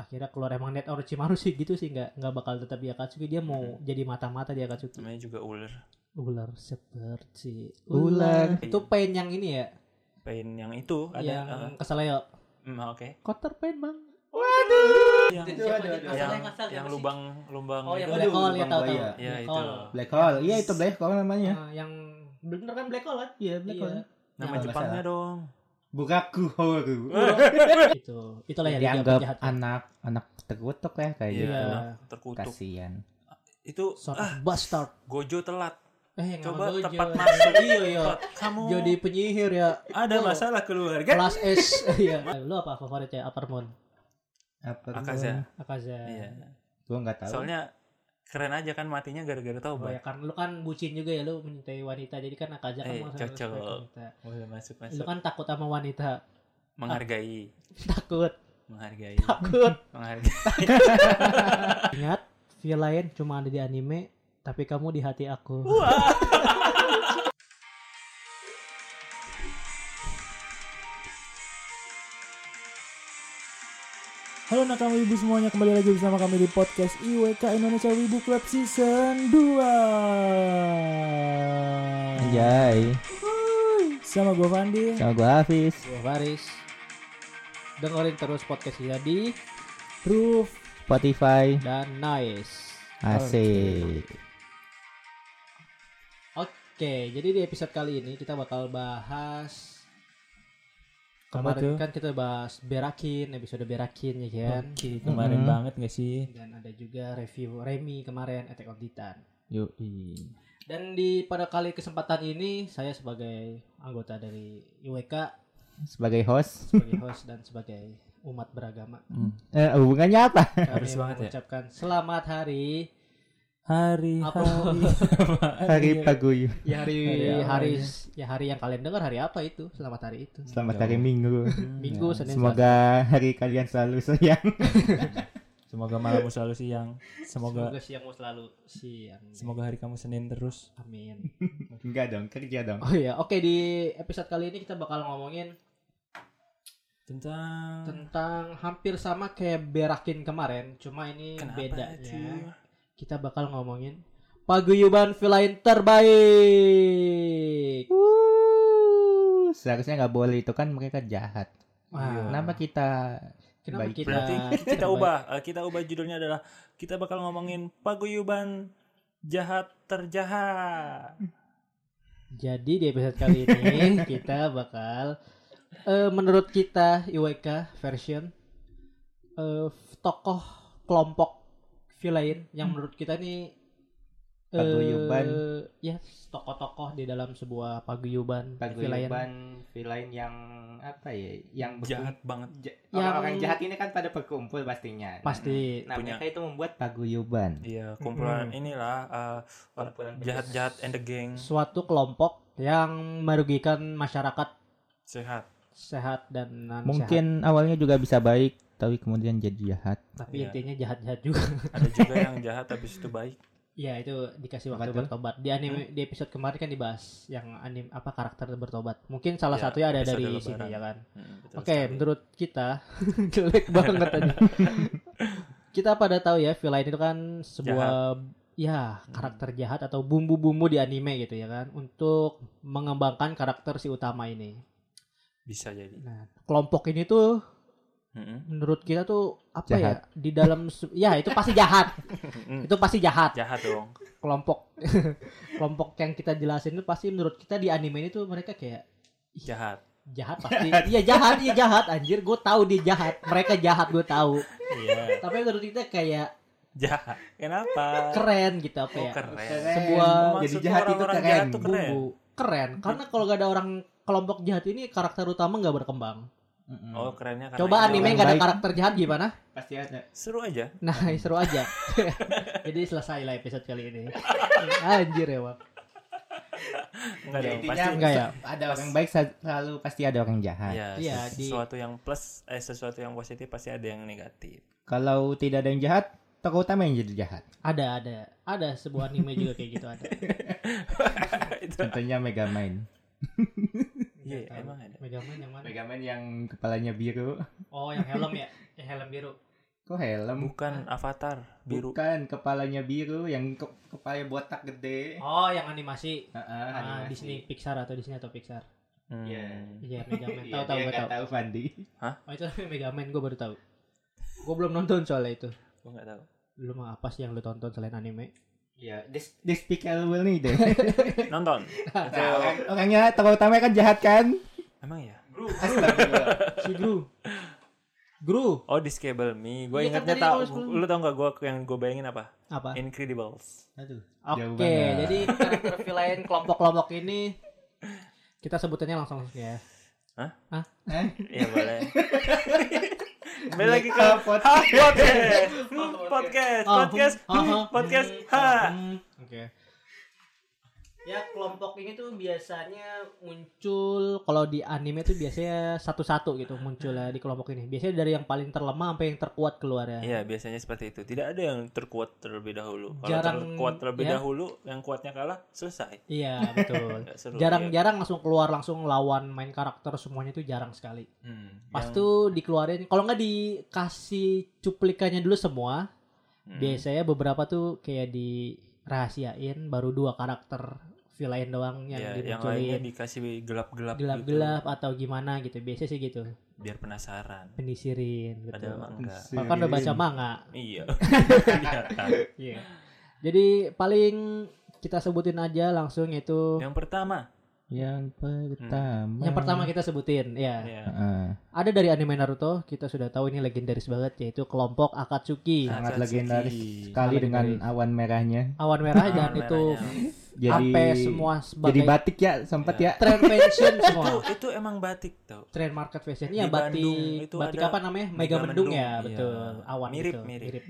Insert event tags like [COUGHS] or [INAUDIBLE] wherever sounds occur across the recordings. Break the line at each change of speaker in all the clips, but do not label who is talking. akhirnya keluar emang net Orochimaru sih gitu sih nggak nggak bakal tetap di Akatsuki dia mau
Hmm.
jadi mata-mata di Akatsuki
namanya juga ular
ular seperti
Ular.
itu pain yang ini ya
pain yang itu Iya. ada
yang
eh,
keseleo
mm, oke
kotor pain bang
yang
Itu ada, ada.
yang,
Yang ngasal
yang
siapa sih?
lubang lubang
oh yang
itu.
black hole
Bang
ya tahu tahu
Buaya.
Ya,
Black
itu.
hole.
Black hole. Iya itu black hole namanya.
Eh, yang bener kan black hole kan
Iya black
Iya.
hole.
nama
Kalau nggak
Jepangnya dong
Bukaku horu.
Eh.
itu itulah yang
Dianggap
jahat
anak anak terkutuk ya kayak
iya
gitu.
Iya.
terkutuk
Kasihan.
itu
sort of
ah,
bastard
Gojo telat
eh yang sama
coba
Gojo.
tepat masuk
[LAUGHS] iya iya
kamu
jadi penyihir ya
ada
Oh.
masalah keluarga
kelas S iya lu apa favoritnya Upper Moon
Apa tuh?
Akaza.
Akaza
iya
Gua nggak tahu.
ya. soalnya keren aja kan matinya gara-gara
Oh ya
taubat
karena lu kan bucin juga ya lu mencintai wanita jadi kan Akaza kan
Eh,
mau sama-sama
cocok.
sebagai wanita.
boleh masuk
Lu
masuk
kan takut sama wanita. [LAUGHS]
menghargai
Takut,
menghargai
takut.
menghargai
Ingat, villain cuma ada di anime tapi kamu di hati aku.
Halo nakam wibu semuanya, kembali lagi bersama kami di podcast IWK Indonesia Wibu Club Season 2
Anjay.
Sama gue Fandi
Sama gua Hafiz.
Gua Faris. Dengerin terus podcast jadi
Roof
Spotify.
dan Nice.
Asik.
Oke, jadi di episode kali ini kita bakal bahas
Apa
kemarin
tuh?
kan kita bahas berakin episode berakin ya kan.
Kemarin
Mhm.
banget gak sih?
Dan ada juga review Remy kemarin Attack on Titan.
Yoi.
Dan di pada kali kesempatan ini saya sebagai anggota dari IWK
Sebagai host.
sebagai host dan sebagai umat beragama
Mm.
Eh, hubungannya apa?
kami
Harus banget ya.
mengucapkan selamat hari
Hari
apa
[LAUGHS]
Eh,
Hari Paguyup.
ya hari
Hari
hari,
apa ya?
ya hari yang kalian dengar hari apa itu selamat hari itu
Selamat hari Minggu.
Mm.
minggu senin
Semoga hari kalian selalu sayang. [LAUGHS]
Semoga malammu selalu siang
Selasa.
Semoga
Semoga siangmu selalu siang
semoga hari kamu Senin terus
amin
Enggak dong, kerja dong.
oh ya oke di episode kali ini kita bakal ngomongin
Hmm.
Tentang
tentang hampir sama kayak berakin kemarin cuma ini bedanya
ya.
cuy?
kita bakal ngomongin paguyuban villain terbaik.
Wuh, Seharusnya nggak boleh itu kan mereka jahat.
Wah.
Kenapa kita
Kenapa
Baik.
kita
Berarti
Nah,
kita
terbaik?
ubah, Eh, kita ubah judulnya adalah kita bakal ngomongin paguyuban jahat terjahat.
Jadi di episode kali ini kita bakal eh, menurut kita IWK version eh, tokoh kelompok villain yang menurut kita nih eh,
Paguyuban.
ya tokoh-tokoh di dalam sebuah paguyuban, villain
paguyuban Nah. villain yang apa ya yang berkum-
Jahat banget.
ja-
Yang-
orang-orang jahat ini kan pada berkumpul pastinya
pasti
nah
Punya.
mereka itu membuat paguyuban
Iya, kumpulan inilah eh, or-
Kumpulan
jahat-jahat and the gang
suatu kelompok yang merugikan masyarakat
sehat.
sehat dan non
mungkin awalnya juga bisa baik tapi kemudian jadi jahat
tapi
Iya.
intinya jahat-jahat juga.
Ada juga yang jahat habis itu baik.
[LAUGHS] Iya itu dikasih waktu
Apa tuh?
bertobat. Di anime di episode kemarin kan dibahas yang anim apa karakter bertobat. Mungkin salah
Iya,
satunya ada
episode
dari
lebaran.
sini ya kan.
Mm, betul
Oke,
sekali.
menurut kita [LAUGHS] jelek banget tadi. kita pada tahu ya villain itu kan sebuah ya karakter jahat atau bumbu-bumbu di anime gitu ya kan untuk mengembangkan karakter si utama ini.
bisa jadi.
Nah, kelompok ini tuh
Mm-mm.
menurut kita tuh apa
Jahat.
ya di dalam se- ya itu pasti jahat
Mm-mm.
itu pasti jahat
Jahat dong.
kelompok [LAUGHS] kelompok yang kita jelasin itu pasti menurut kita di anime ini tuh mereka kayak
Jahat.
jahat pasti
[LAUGHS]
iya jahat iya jahat anjir gue tahu dia jahat mereka jahat gue tahu
Iya.
tapi menurut kita kayak
jahat. Kenapa?
keren gitu apa
Oh,
ya
keren.
Sebuah-
Maksud
jadi jahat itu
orang-orang
keren
jahat tuh keren.
bumbu keren karena kalau gak ada orang kelompok jahat ini karakter utama nggak berkembang
Mm-mm.
Oh, kerennya karena
coba
itu.
anime nggak ada
Baik.
karakter jahat gimana
pasti ada
seru aja.
Nah, [LAUGHS] seru aja. Jadi selesai lah episode kali
[LAUGHS]
ini. Anjir ya, Wak.
Enggak dong,
Intinya
pasti
Enggak ya?
ada orang baik sa- selalu pasti ada orang jahat
Iya,
Iya,
ses-
di-
sesuatu yang plus eh sesuatu yang positif pasti ada yang
[LAUGHS]
negatif.
kalau tidak ada yang jahat tokoh utama yang jadi jahat
Ada, ada. Ada sebuah anime juga kayak gitu ada. Iya,
Itu.
contohnya Megamind
Iya, emang ada.
Mega Man yang mana?
Megamind yang kepalanya biru
Oh, yang helm ya? Yang helm biru.
Kok helm?
Bukan avatar biru.
Bukan, kepalanya biru yang ke- kepala botak gede.
Oh, yang animasi.
Heeh,
Ah,
animasi. [LAUGHS]
Disney Pixar atau Disney atau Pixar.
Hmm.
Iya.
Iya, Mega Man.
Iya,
Tahu tahu
dia
gua
nggak
tahu.
tahu Fandi.
Oh, itu [LAUGHS] namanya Mega Man, gua baru tahu. Gua belum nonton soalnya itu.
Gua nggak tahu.
Lu mah apa sih yang lu tonton selain anime?
Iya, Des- despicable nih
[LAUGHS]
deh.
Nonton.
Nah, orang- orangnya tokoh utamanya kan jahat kan?
Emang ya?
Astagfirullah.
Si Gru. Gru.
Oh, Discable Me. Gue
Iya, kan
ingatnya
tadi
tahu.
lu sebelum-
Lu tau gak gue yang gue bayangin apa?
Apa?
Incredibles.
Aduh.
Oke,
Jauh banget.
jadi karakter villain kelompok-kelompok ini kita sebutannya langsung ya. [LAUGHS]
Iya boleh. Kembali lagi ke
Ah,
Ha,
podcast.
podcast, Hmm, podcast,
Ah,
podcast,
hmm, ah,
Hmm,
ah,
podcast.
hmm,
Ha.
ah, hmm. Oke. Ya kelompok ini tuh biasanya muncul kalau di anime tuh biasanya satu-satu gitu muncul ya di kelompok ini. Biasanya dari yang paling terlemah sampai yang terkuat keluar ya.
Iya biasanya seperti itu. Tidak ada yang terkuat terlebih dahulu. Kalau
Jarang,
terkuat terlebih
ya.
dahulu, yang kuatnya kalah selesai.
Iya,
[LAUGHS]
betul.
Nggak seru. ya.
Jarang-jarang langsung keluar langsung lawan main karakter semuanya tuh jarang sekali.
Hmm,
Pas
yang-
tuh dikeluarin kalau nggak dikasih cuplikannya dulu semua
hmm.
biasanya beberapa tuh kayak dirahasiain baru dua karakter villain doang yang
Ya, yang lainnya gitu.
dimunculin
dikasih gelap-gelap,
gelap-gelap atau gimana gitu biasanya sih gitu
gitu, biar penasaran.
penisirin
Padahal
betul
enggak.
bahkan kan udah baca manga [LAUGHS]
Iya. Kelihatan.
Iya. jadi paling kita sebutin aja langsung itu
yang pertama,
Yang
Hmm.
pertama.
yang pertama kita sebutin ya
ya.
Heeh.
ada dari anime Naruto kita sudah tahu ini legendaris banget yaitu kelompok Akatsuki
Nah. Akatsuki.
sangat legendaris sekali
Sangat
dengan
legendaris.
awan merahnya.
awan merah
Awan
dan itu
merahnya.
Jadi
sampai semua Iya.
jadi
sebagai
batik ya sempat ya.
trend
[LAUGHS]
fashion semua
Itu- itu emang batik tau.
trend market fashion
Di
ya batik
Bandung itu
batik
ada
apa namanya
Mega
mega mendung
Mendung,
ya
iya.
betul awan
Mirip,
gitu,
mirip.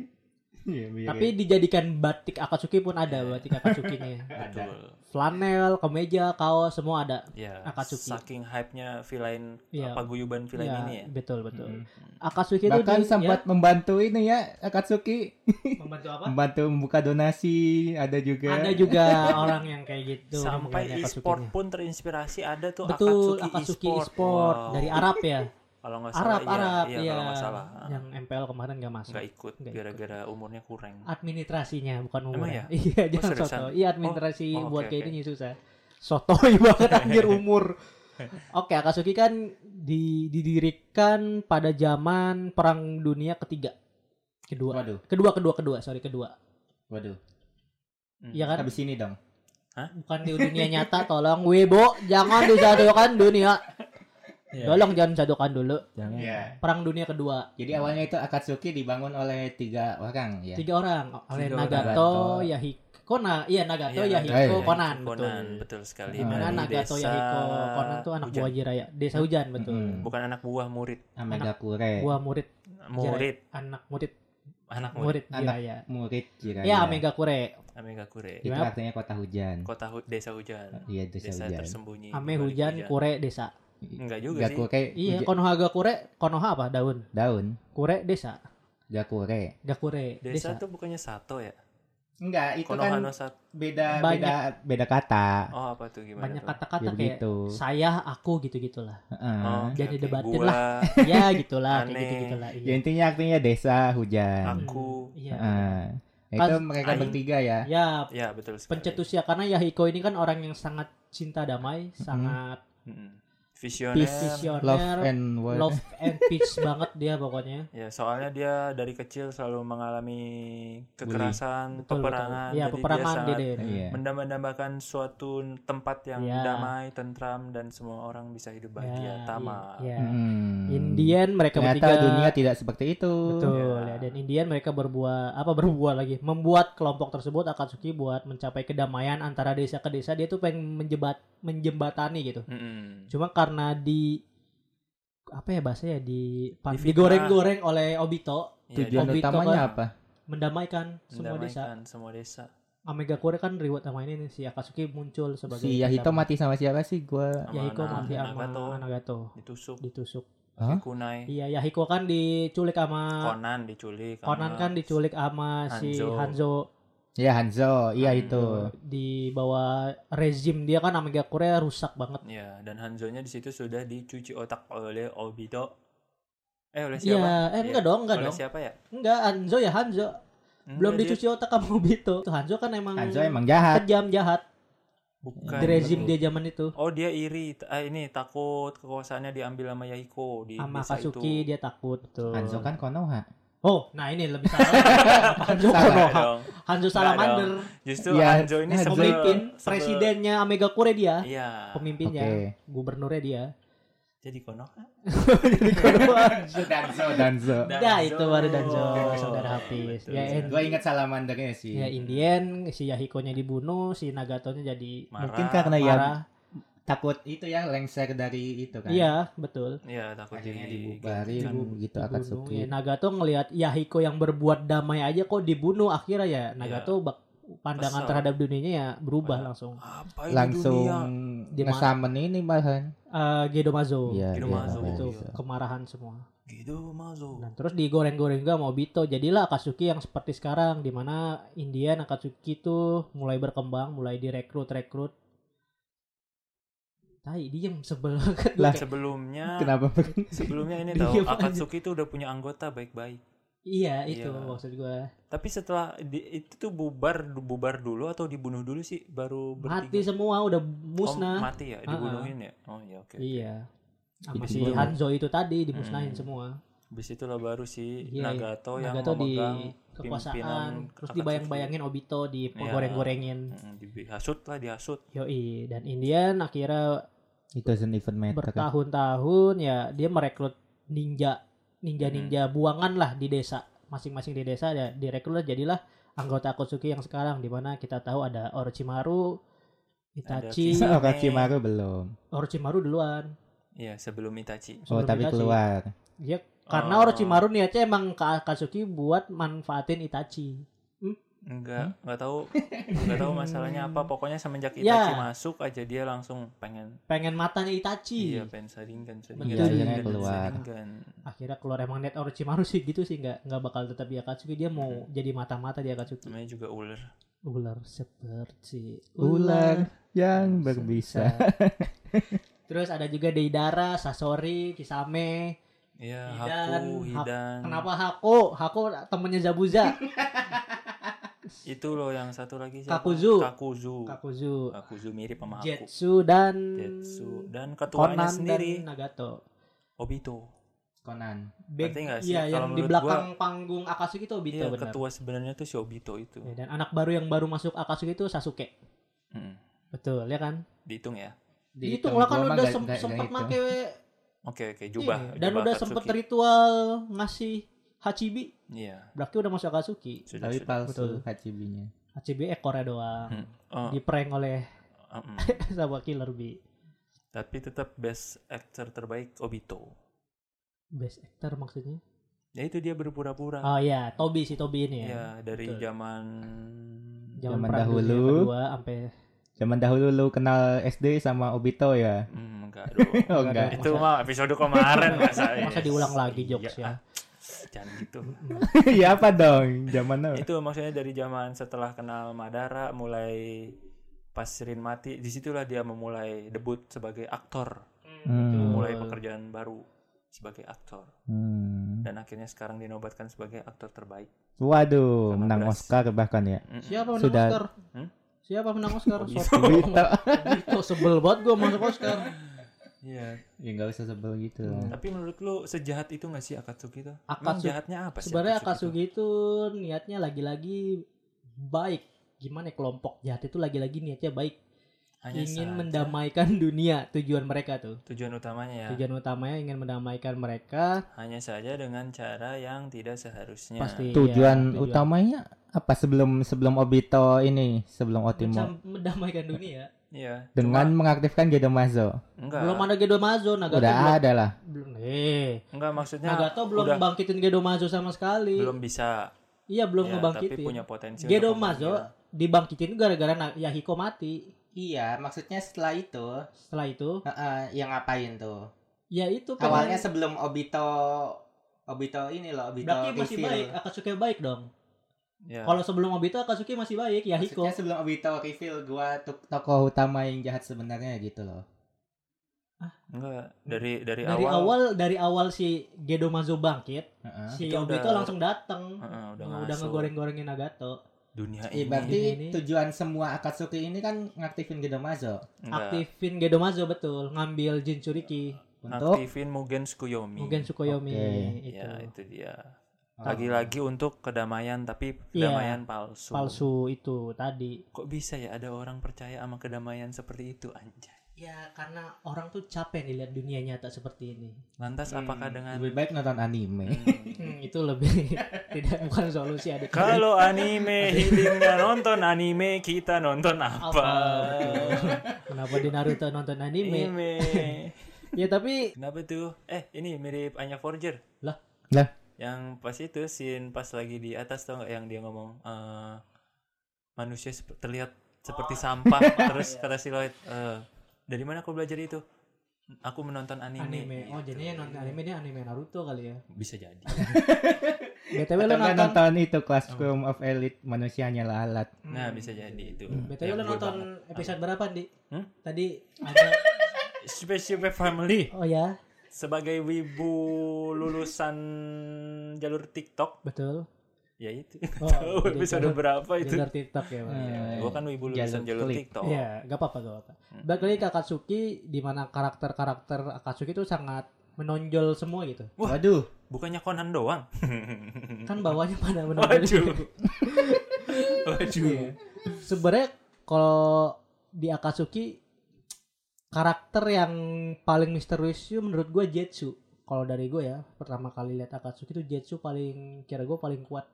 Iya, mirip.
tapi dijadikan batik akatsuki pun ada
Iya.
batik akatsukinya
ada.
Betul.
flanel kemeja kaos semua ada
Ya,
Akatsuki.
saking hype-nya villain
Iya.
paguyuban villain
Ya,
ini ya.
betul betul
Mm.
akatsuki itu
Bahkan
di-
sempat membantu ini ya Akatsuki,
ya, membantu apa
membantu membuka donasi, ada juga.
ada juga orang yang kayak gitu
Sampai
hubungannya
e-sport
Akatsukinya.
pun terinspirasi ada tuh
betul
Akatsuki,
akatsuki
e-sport.
e-sport
Wow.
dari Arab ya
Kalau nggak salah
Arab
iya,
Arab
iya,
iya
kalau nggak salah.
yang MPL kemarin nggak masuk
Nggak ikut
Nggak ikut. Ah,
gara-gara umurnya kurang.
administrasinya bukan umur
Emang ya?
[LAUGHS] iya jangan
seriusan?
soto iya administrasi
Oh, oh,
buat
oke,
kayak
oke.
ini susah sotoy [LAUGHS] banget
[LAUGHS]
anjir umur oke Akatsuki kan di- didirikan pada zaman perang dunia ketiga kedua
Waduh,
kedua kedua kedua sorry kedua
waduh.
Hmm.
Iya kan
Habis ini dong.
bukan di dunia nyata tolong webo jangan disadokan dunia
Iya.
tolong jangan disadokan dulu
Jangan.
perang dunia kedua
Jadi awalnya itu Akatsuki dibangun oleh tiga orang ya.
tiga orang oleh
Tiga orang.
Nagato
Nagato.
Yahiko Kona iya Nagato
Iya,
Yahiko
Nagato.
Konan
Conan,
betul
betul sekali.
Iya.
Mana
Dari
Nagato
desa
Yahiko Konan ya, tuh anak
hujan.
buah Jiraya Desa Hujan betul
Mm-mm.
Bukan anak buah murid,
Amega Kure,
Buah murid
murid,
Anak murid
anak murid. Iya,
Murid
Anak.
Jiraya
murid Jiraiya.
Ya Amega Kure
Amega Kure.
Itu
Gimana?
artinya kota hujan.
Kota hu- desa hujan.
Iya, desa,
Desa,
hujan.
tersembunyi.
Ame
di balik
hujan Kure desa
Enggak juga sih.
Gakure,
Iya
huja-
Konohaga Kure Konoha apa daun
daun.
Kure desa
Gakure.
Gakure
Desa,
desa,
tuh bukannya Sato ya?
Enggak, itu kan
Konohano Sato.
beda
Banyak.
beda beda kata.
Oh, apa tuh gimana
Banyak
tuh?
kata-kata
ya
kayak
begitu.
Saya, aku gitu-gitulah
Heeh.
Oh, oke,
Jangan
oke.
didebatin
Gua,
Ya gitulah Kayak
Aneh.
gitu-gitulah
Ya
Iya
intinya artinya desa hujan.
aku.
Iya
Heeh. Nah,
Kan
itu mereka
aing-
bertiga ya.
Ya
[LAUGHS] Ya, betul sekali.
pencetusnya Karena Yahiko ini kan orang yang sangat cinta damai Sangat
Mm-mm. Visioner.
visioner
Mm-hmm. Love and war.
Iya, love and
[LAUGHS]
peace banget dia pokoknya.
Ya, soalnya dia dari kecil selalu mengalami kekerasan,
Betul,
peperangan.
betul. Iya,
Jadi
peperangan
dia
dia,
sangat
dia.
Iya.
mendambakan suatu tempat yang
Iya.
damai, tentram dan semua orang bisa hidup
Ya,
bahagia, tama.
Iya.
Hmm.
Indian mereka
Ternyata
bertiga
dunia tidak seperti itu.
betul
Iya.
ya. dan Indian mereka berbuat apa berbuat lagi membuat kelompok tersebut Akatsuki buat mencapai kedamaian antara desa ke desa dia tuh pengen menjebat menjembatani gitu.
Mm-mm.
Cuma karena di apa ya bahasanya di pan-
Difitnah.
digoreng-goreng oleh Obito
Iya,
Tujuan
Obito
utamanya
kan.
apa?
mendamaikan
dia
semua desa.
mendamaikan semua desa.
Omega Kure kan reward sama ini nih, si Akatsuki muncul sebagai
Si Yahito
pendamai.
mati sama siapa sih? Gua
Sama
Yahiko
anak-
mati Ya, sama
Nagato
Nagato
ditusuk,
ditusuk.
Hah?
kunai,
Iya, Yahiko kan diculik sama
Conan diculik. sama-
Eh, Conan kan diculik sama si
Hanzo.
Hanzo
ya Hanzo, iya
Hanzo.
itu.
di bawah rezim dia kan Omega Kure
Iya,
rusak banget.
Ya, dan Hanzonya di situ sudah dicuci otak oleh Obito. Eh oleh siapa?
Iya, eh enggak dong, enggak
Oleh
dong.
siapa ya?
Enggak, Hanzo ya Hanzo. Belum
Enggak,
dicuci otak sama Obito. Tuh Hanzo kan emang
Hanzo emang jahat.
kejam jahat
dia- Bukan.
di rezim dia zaman itu.
Oh dia iri, T- ah, ini takut kekuasaannya diambil sama Yaiko di
Sama
desa
Katsuki
itu.
dia takut tuh.
Hanzo kan Konoha.
Oh, nah ini lebih salah. Kenapa Hanzo
Salah
Enggak
Konoha.
dong.
Hanzo Salamander,
Justru
Iya,
Ya,
Hanzo ini
Hanzo.
sebel-
pemimpin
sebel-
presidennya Amega Kure dia,
Iya.
pemimpinnya, [LAUGHS]
Oke.
gubernurnya dia.
Jadi Konoha.
Jadi Konoha.
Danzo, Danzo.
Ya itu baru Danzo,
Danzo.
saudara Hafiz.
Betul,
Ya,
betul.
and-
Gue inget salamandernya sih.
ya Indian si Yahiko-nya dibunuh, si Nagatonya jadi
Marah.
Mungkin karena ya
marah.
takut itu ya lengser dari itu kan.
Iya, betul.
Iya takut
Akhirnya
di-
dibubarin
kan.
gitu
dibunuh.
Akatsuki.
Ya, Nagato ngelihat Yahiko yang berbuat damai aja kok dibunuh akhirnya ya Nagato bak- pandangan
Kesel.
terhadap dunianya ya berubah
Padahal-
langsung.
Apa ini
Langsung
dunia?
Di mana?
ngesamen ini malahan.
Eh Gedomazo
Iya,
Gitu
iya,
masuk.
iya.
itu
Iya.
kemarahan semua.
Gitu masuk.
Dan Nah, terus digoreng-goreng juga mau Obito jadilah Akatsuki yang seperti sekarang di mana Indian Akatsuki tuh mulai berkembang, mulai direkrut-rekrut. Tai diem sebel [LAUGHS] banget gua
Lah,
kayak,
Sebelumnya
Kenapa? [LAUGHS]
sebelumnya ini
Diem
tahu
aja.
Akatsuki itu udah punya anggota baik-baik.
Iya itu
Iya.
maksud gua.
Tapi setelah di- itu tuh bubar bubar dulu atau dibunuh dulu sih baru
Mati
bertiga.
semua udah
Oh,
musnah.
mati ya, dibunuhin ya. Oh iya oke.
Iya. Sama
Jadi
si
sebelum-
Hanzo itu tadi dimusnahin
Hmm.
semua.
Habis itulah baru si
Iya,
Nagato yang
Nagato di
memegang pimpinan
kekuasaan terus
Akatsuki.
dibayang-bayangin Obito di
Iya.
goreng-gorengin.
Mm, dihasut lah dihasut.
Yoi dan Indian akhirnya
It doesn't even matter. kan.
bertahun-tahun ya dia merekrut ninja ninja-ninja
Hmm.
buangan lah di desa masing-masing di desa ya direkrut lah, jadilah anggota Akatsuki yang sekarang di mana kita tahu ada Orochimaru, Itachi,
[LAUGHS]
Kisame.
Orochimaru belum.
Orochimaru duluan.
Iya, sebelum Itachi.
Oh,
Sebelum
tapi
Itachi.
keluar.
Dia karena
Oh.
Orochimaru niatnya emang ke Akatsuki buat manfaatin Itachi.
Enggak, enggak tahu enggak tahu masalahnya
[LAUGHS]
apa. Pokoknya semenjak
Ya.
Itachi masuk aja dia langsung pengen
pengen matanya Itachi.
iya pengen saringan, saringan,
Betul. Iya,
saringan,
Akhirnya
keluar.
saringan.
akhirnya keluar emang net Orochimaru sih gitu sih nggak nggak bakal tetap di Akatsuki dia mau
Hmm.
jadi mata-mata di Akatsuki
Namanya juga ular.
ular seperti
Ular yang berbisa.
[LAUGHS] terus ada juga Deidara Sasori Kisame
Iya,
Hidan.
Haku,
Hak-
Hidan.
kenapa Hako Hako temennya Zabuza
[LAUGHS] Itu loh yang satu lagi siapa?
Kakuzu.
Kakuzu.
Kakuzu
Kakuzu mirip Eh, sama Haku.
Jetsu dan
Jetsu dan ketuanya
Conan
sendiri
dan Nagato
Obito.
Conan.
Big-
Ngerti nggak sih?
iya
Kalau
yang di
menurut
belakang panggung Akatsuki itu Obito
Iya,
benar
ketua sebenarnya tuh si Obito itu.
Ya, dan anak baru yang baru masuk Akatsuki itu Sasuke
Mm,
betul ya kan
Dihitung ya.
Gitu,
dihitung lah kan
Gua mah
udah
nggak-
sem-
nggak- nggak
sempet
hitung.
make
Oke, oke, jubah.
Iya, dan
jubah
udah
Akatsuki.
sempet ritual ngasih Hachibi
Iya.
berarti udah masuk Akatsuki
Sudah,
Tapi
sudah.
palsu
Betul.
Hachibinya.
Hachibi ekornya E doang
Hmm. Oh,
diprank oleh [LAUGHS]
mm.
sama Killer Bee
Tapi tetap best actor terbaik Obito.
best actor maksudnya
Ya itu dia berpura-pura.
oh iya Tobi si Tobi ini
ya,
ya
dari
betul.
zaman
zaman
Zaman
perang
dahulu.
dunia kedua sampai
Zaman dahulu lu kenal SD sama Obito ya?
Hmm, enggak
[LAUGHS]
dong.
Oh enggak.
itu mah episode kemarin masa
masa diulang lagi jokes
Iya,
ya
ah. Jangan gitu.
[LAUGHS] ya apa dong? Zaman now.
itu maksudnya dari zaman setelah kenal Madara mulai pas Rin mati disitulah dia memulai debut sebagai aktor
Hmm.
mulai pekerjaan baru sebagai aktor
Hmm.
dan akhirnya sekarang dinobatkan sebagai aktor terbaik
Waduh,
Karena
menang
beras.
Oscar bahkan ya.
Mm-mm.
siapa menang
Sudah.
Oscar
Hmm?
siapa menang Oscar
Obito.
Sopo.
Obito.
[LAUGHS] Obito sebel banget gue masuk Oscar
Iya.
ya nggak usah sebel gitu. lah.
tapi menurut lu sejahat itu nggak sih Akatsuki itu Emang
Akatsuki-
jahatnya apa sih
sebenarnya
Akatsuki
Akatsuki itu niatnya lagi-lagi baik gimana ya, kelompok jahat itu lagi-lagi niatnya baik
itu? Hanya
ingin
saja
mendamaikan dunia tujuan mereka tuh
tujuan utamanya ya
tujuan utamanya ingin mendamaikan mereka
hanya saja dengan cara yang tidak seharusnya
pasti
Tujuan
ya,
utamanya apa sebelum sebelum Obito ini, sebelum
Bisa
Otimo
mendamaikan dunia
Iya.
dengan mengaktifkan Gedomazo.
Cuma- enggak
belum ada Gedomazo Nagato
Udah
belum,
ada lah.
belum eh
enggak maksudnya
Nagato belum
Nah, udah-
bangkitin Gedomazo sama sekali
belum bisa
iya belum
Ya,
ngebangkitin
tapi punya potensi untuk
Gedomazo
memanggil.
dibangkitin gara-gara Na- Yahiko mati
Iya, maksudnya setelah itu, eh,
setelah itu
yang ngapain tuh?
ya itu pengen-
sebelum Obito Obito ini loh,
berarti masih baik Akatsuki baik dong
Ya.
kalau sebelum Obito Akatsuki masih baik Yahiko
sebelum Obito reveal gua tokoh utama yang jahat sebenarnya gitu loh.
Enggak, dari dari,
Dari awal, dari awal si Gedo Mazo bangkit,
Heeh.
si
Itu
Obito
udah-
langsung datang.
Heeh, udah,
oh, Udah,
udah
ngegoreng-gorengin Nagato.
dunia ini.
Iya, berarti
Ini.
tujuan semua Akatsuki ini kan ngaktifin Gedomazo
Enggak.
Aktifin Gedo Mazo betul, ngambil Jinchuriki,
untuk
aktifin Mugen Tsukuyomi.
Mugen Tsukuyomi gitu.
Oke.
itu.
Ya, itu dia.
Oh.
Lagi-lagi untuk kedamaian tapi
Iya,
kedamaian palsu.
Palsu itu tadi.
Kok bisa ya ada orang percaya sama kedamaian seperti itu anjay.
Ya karena orang tuh capek nih lihat dunia nyata seperti ini.
Lantas
Hmm,
apakah dengan
lebih baik nonton anime.
Hmm, itu lebih [LAUGHS] tidak bukan solusi adik.
[LAUGHS] Kalau anime healingnya nonton anime, kita nonton
apa?
apa?
betul. Kenapa di Naruto nonton anime?
[LAUGHS] Anime. Iya.
ya tapi
Kenapa tuh? Eh, ini mirip Anya Forger.
Lah.
Lah.
Yang pas itu scene pas lagi di atas tau nggak yang dia ngomong eh, manusia sep- terlihat seperti
Oh. [LAUGHS]
sampah terus
Iya.
kata si Lloyd eh, dari mana aku belajar itu? Aku menonton anime.
anime. Oh
Gitu.
jadinya nonton anime dia anime Naruto kali ya.
Bisa
[LAUGHS]
jadi.
BTW
Atau
lo nonton
nggak
Oh.
nonton itu Classroom of Elite manusia hanyalah alat.
Nah, bisa jadi itu.
BTW lo
Yang gue
Hmm. nonton
Ya, banget.
episode berapa di?
Hmm?
Tadi ada [LAUGHS]
Spaceship Family
Oh ya,
sebagai wibu lulusan jalur TikTok
betul.
ya itu.
Oh,
[LAUGHS] Tahu
jadi
episode
jalur-
berapa Oh, itu?
Jalur TikTok ya. Bang.
Eh,
Gua kan wibu lulusan
jalur
jalur
klik.
TikTok.
Iya, gak apa-apa, gak apa-apa.
Mm.
Balik lagi ke Akatsuki, di mana karakter-karakter Akatsuki itu sangat menonjol semua gitu.
Wah.
Waduh,
Bukannya Conan doang.
Kan bawahnya pada menonjol.
Hmm. Waduh.
gitu.
[LAUGHS] Waduh.
Iya. Sebenarnya kalau di Akatsuki karakter yang paling misterius itu menurut gue Jetsu. Kalau dari gue ya, pertama kali lihat Akatsuki itu Jetsu paling kira gue paling kuat.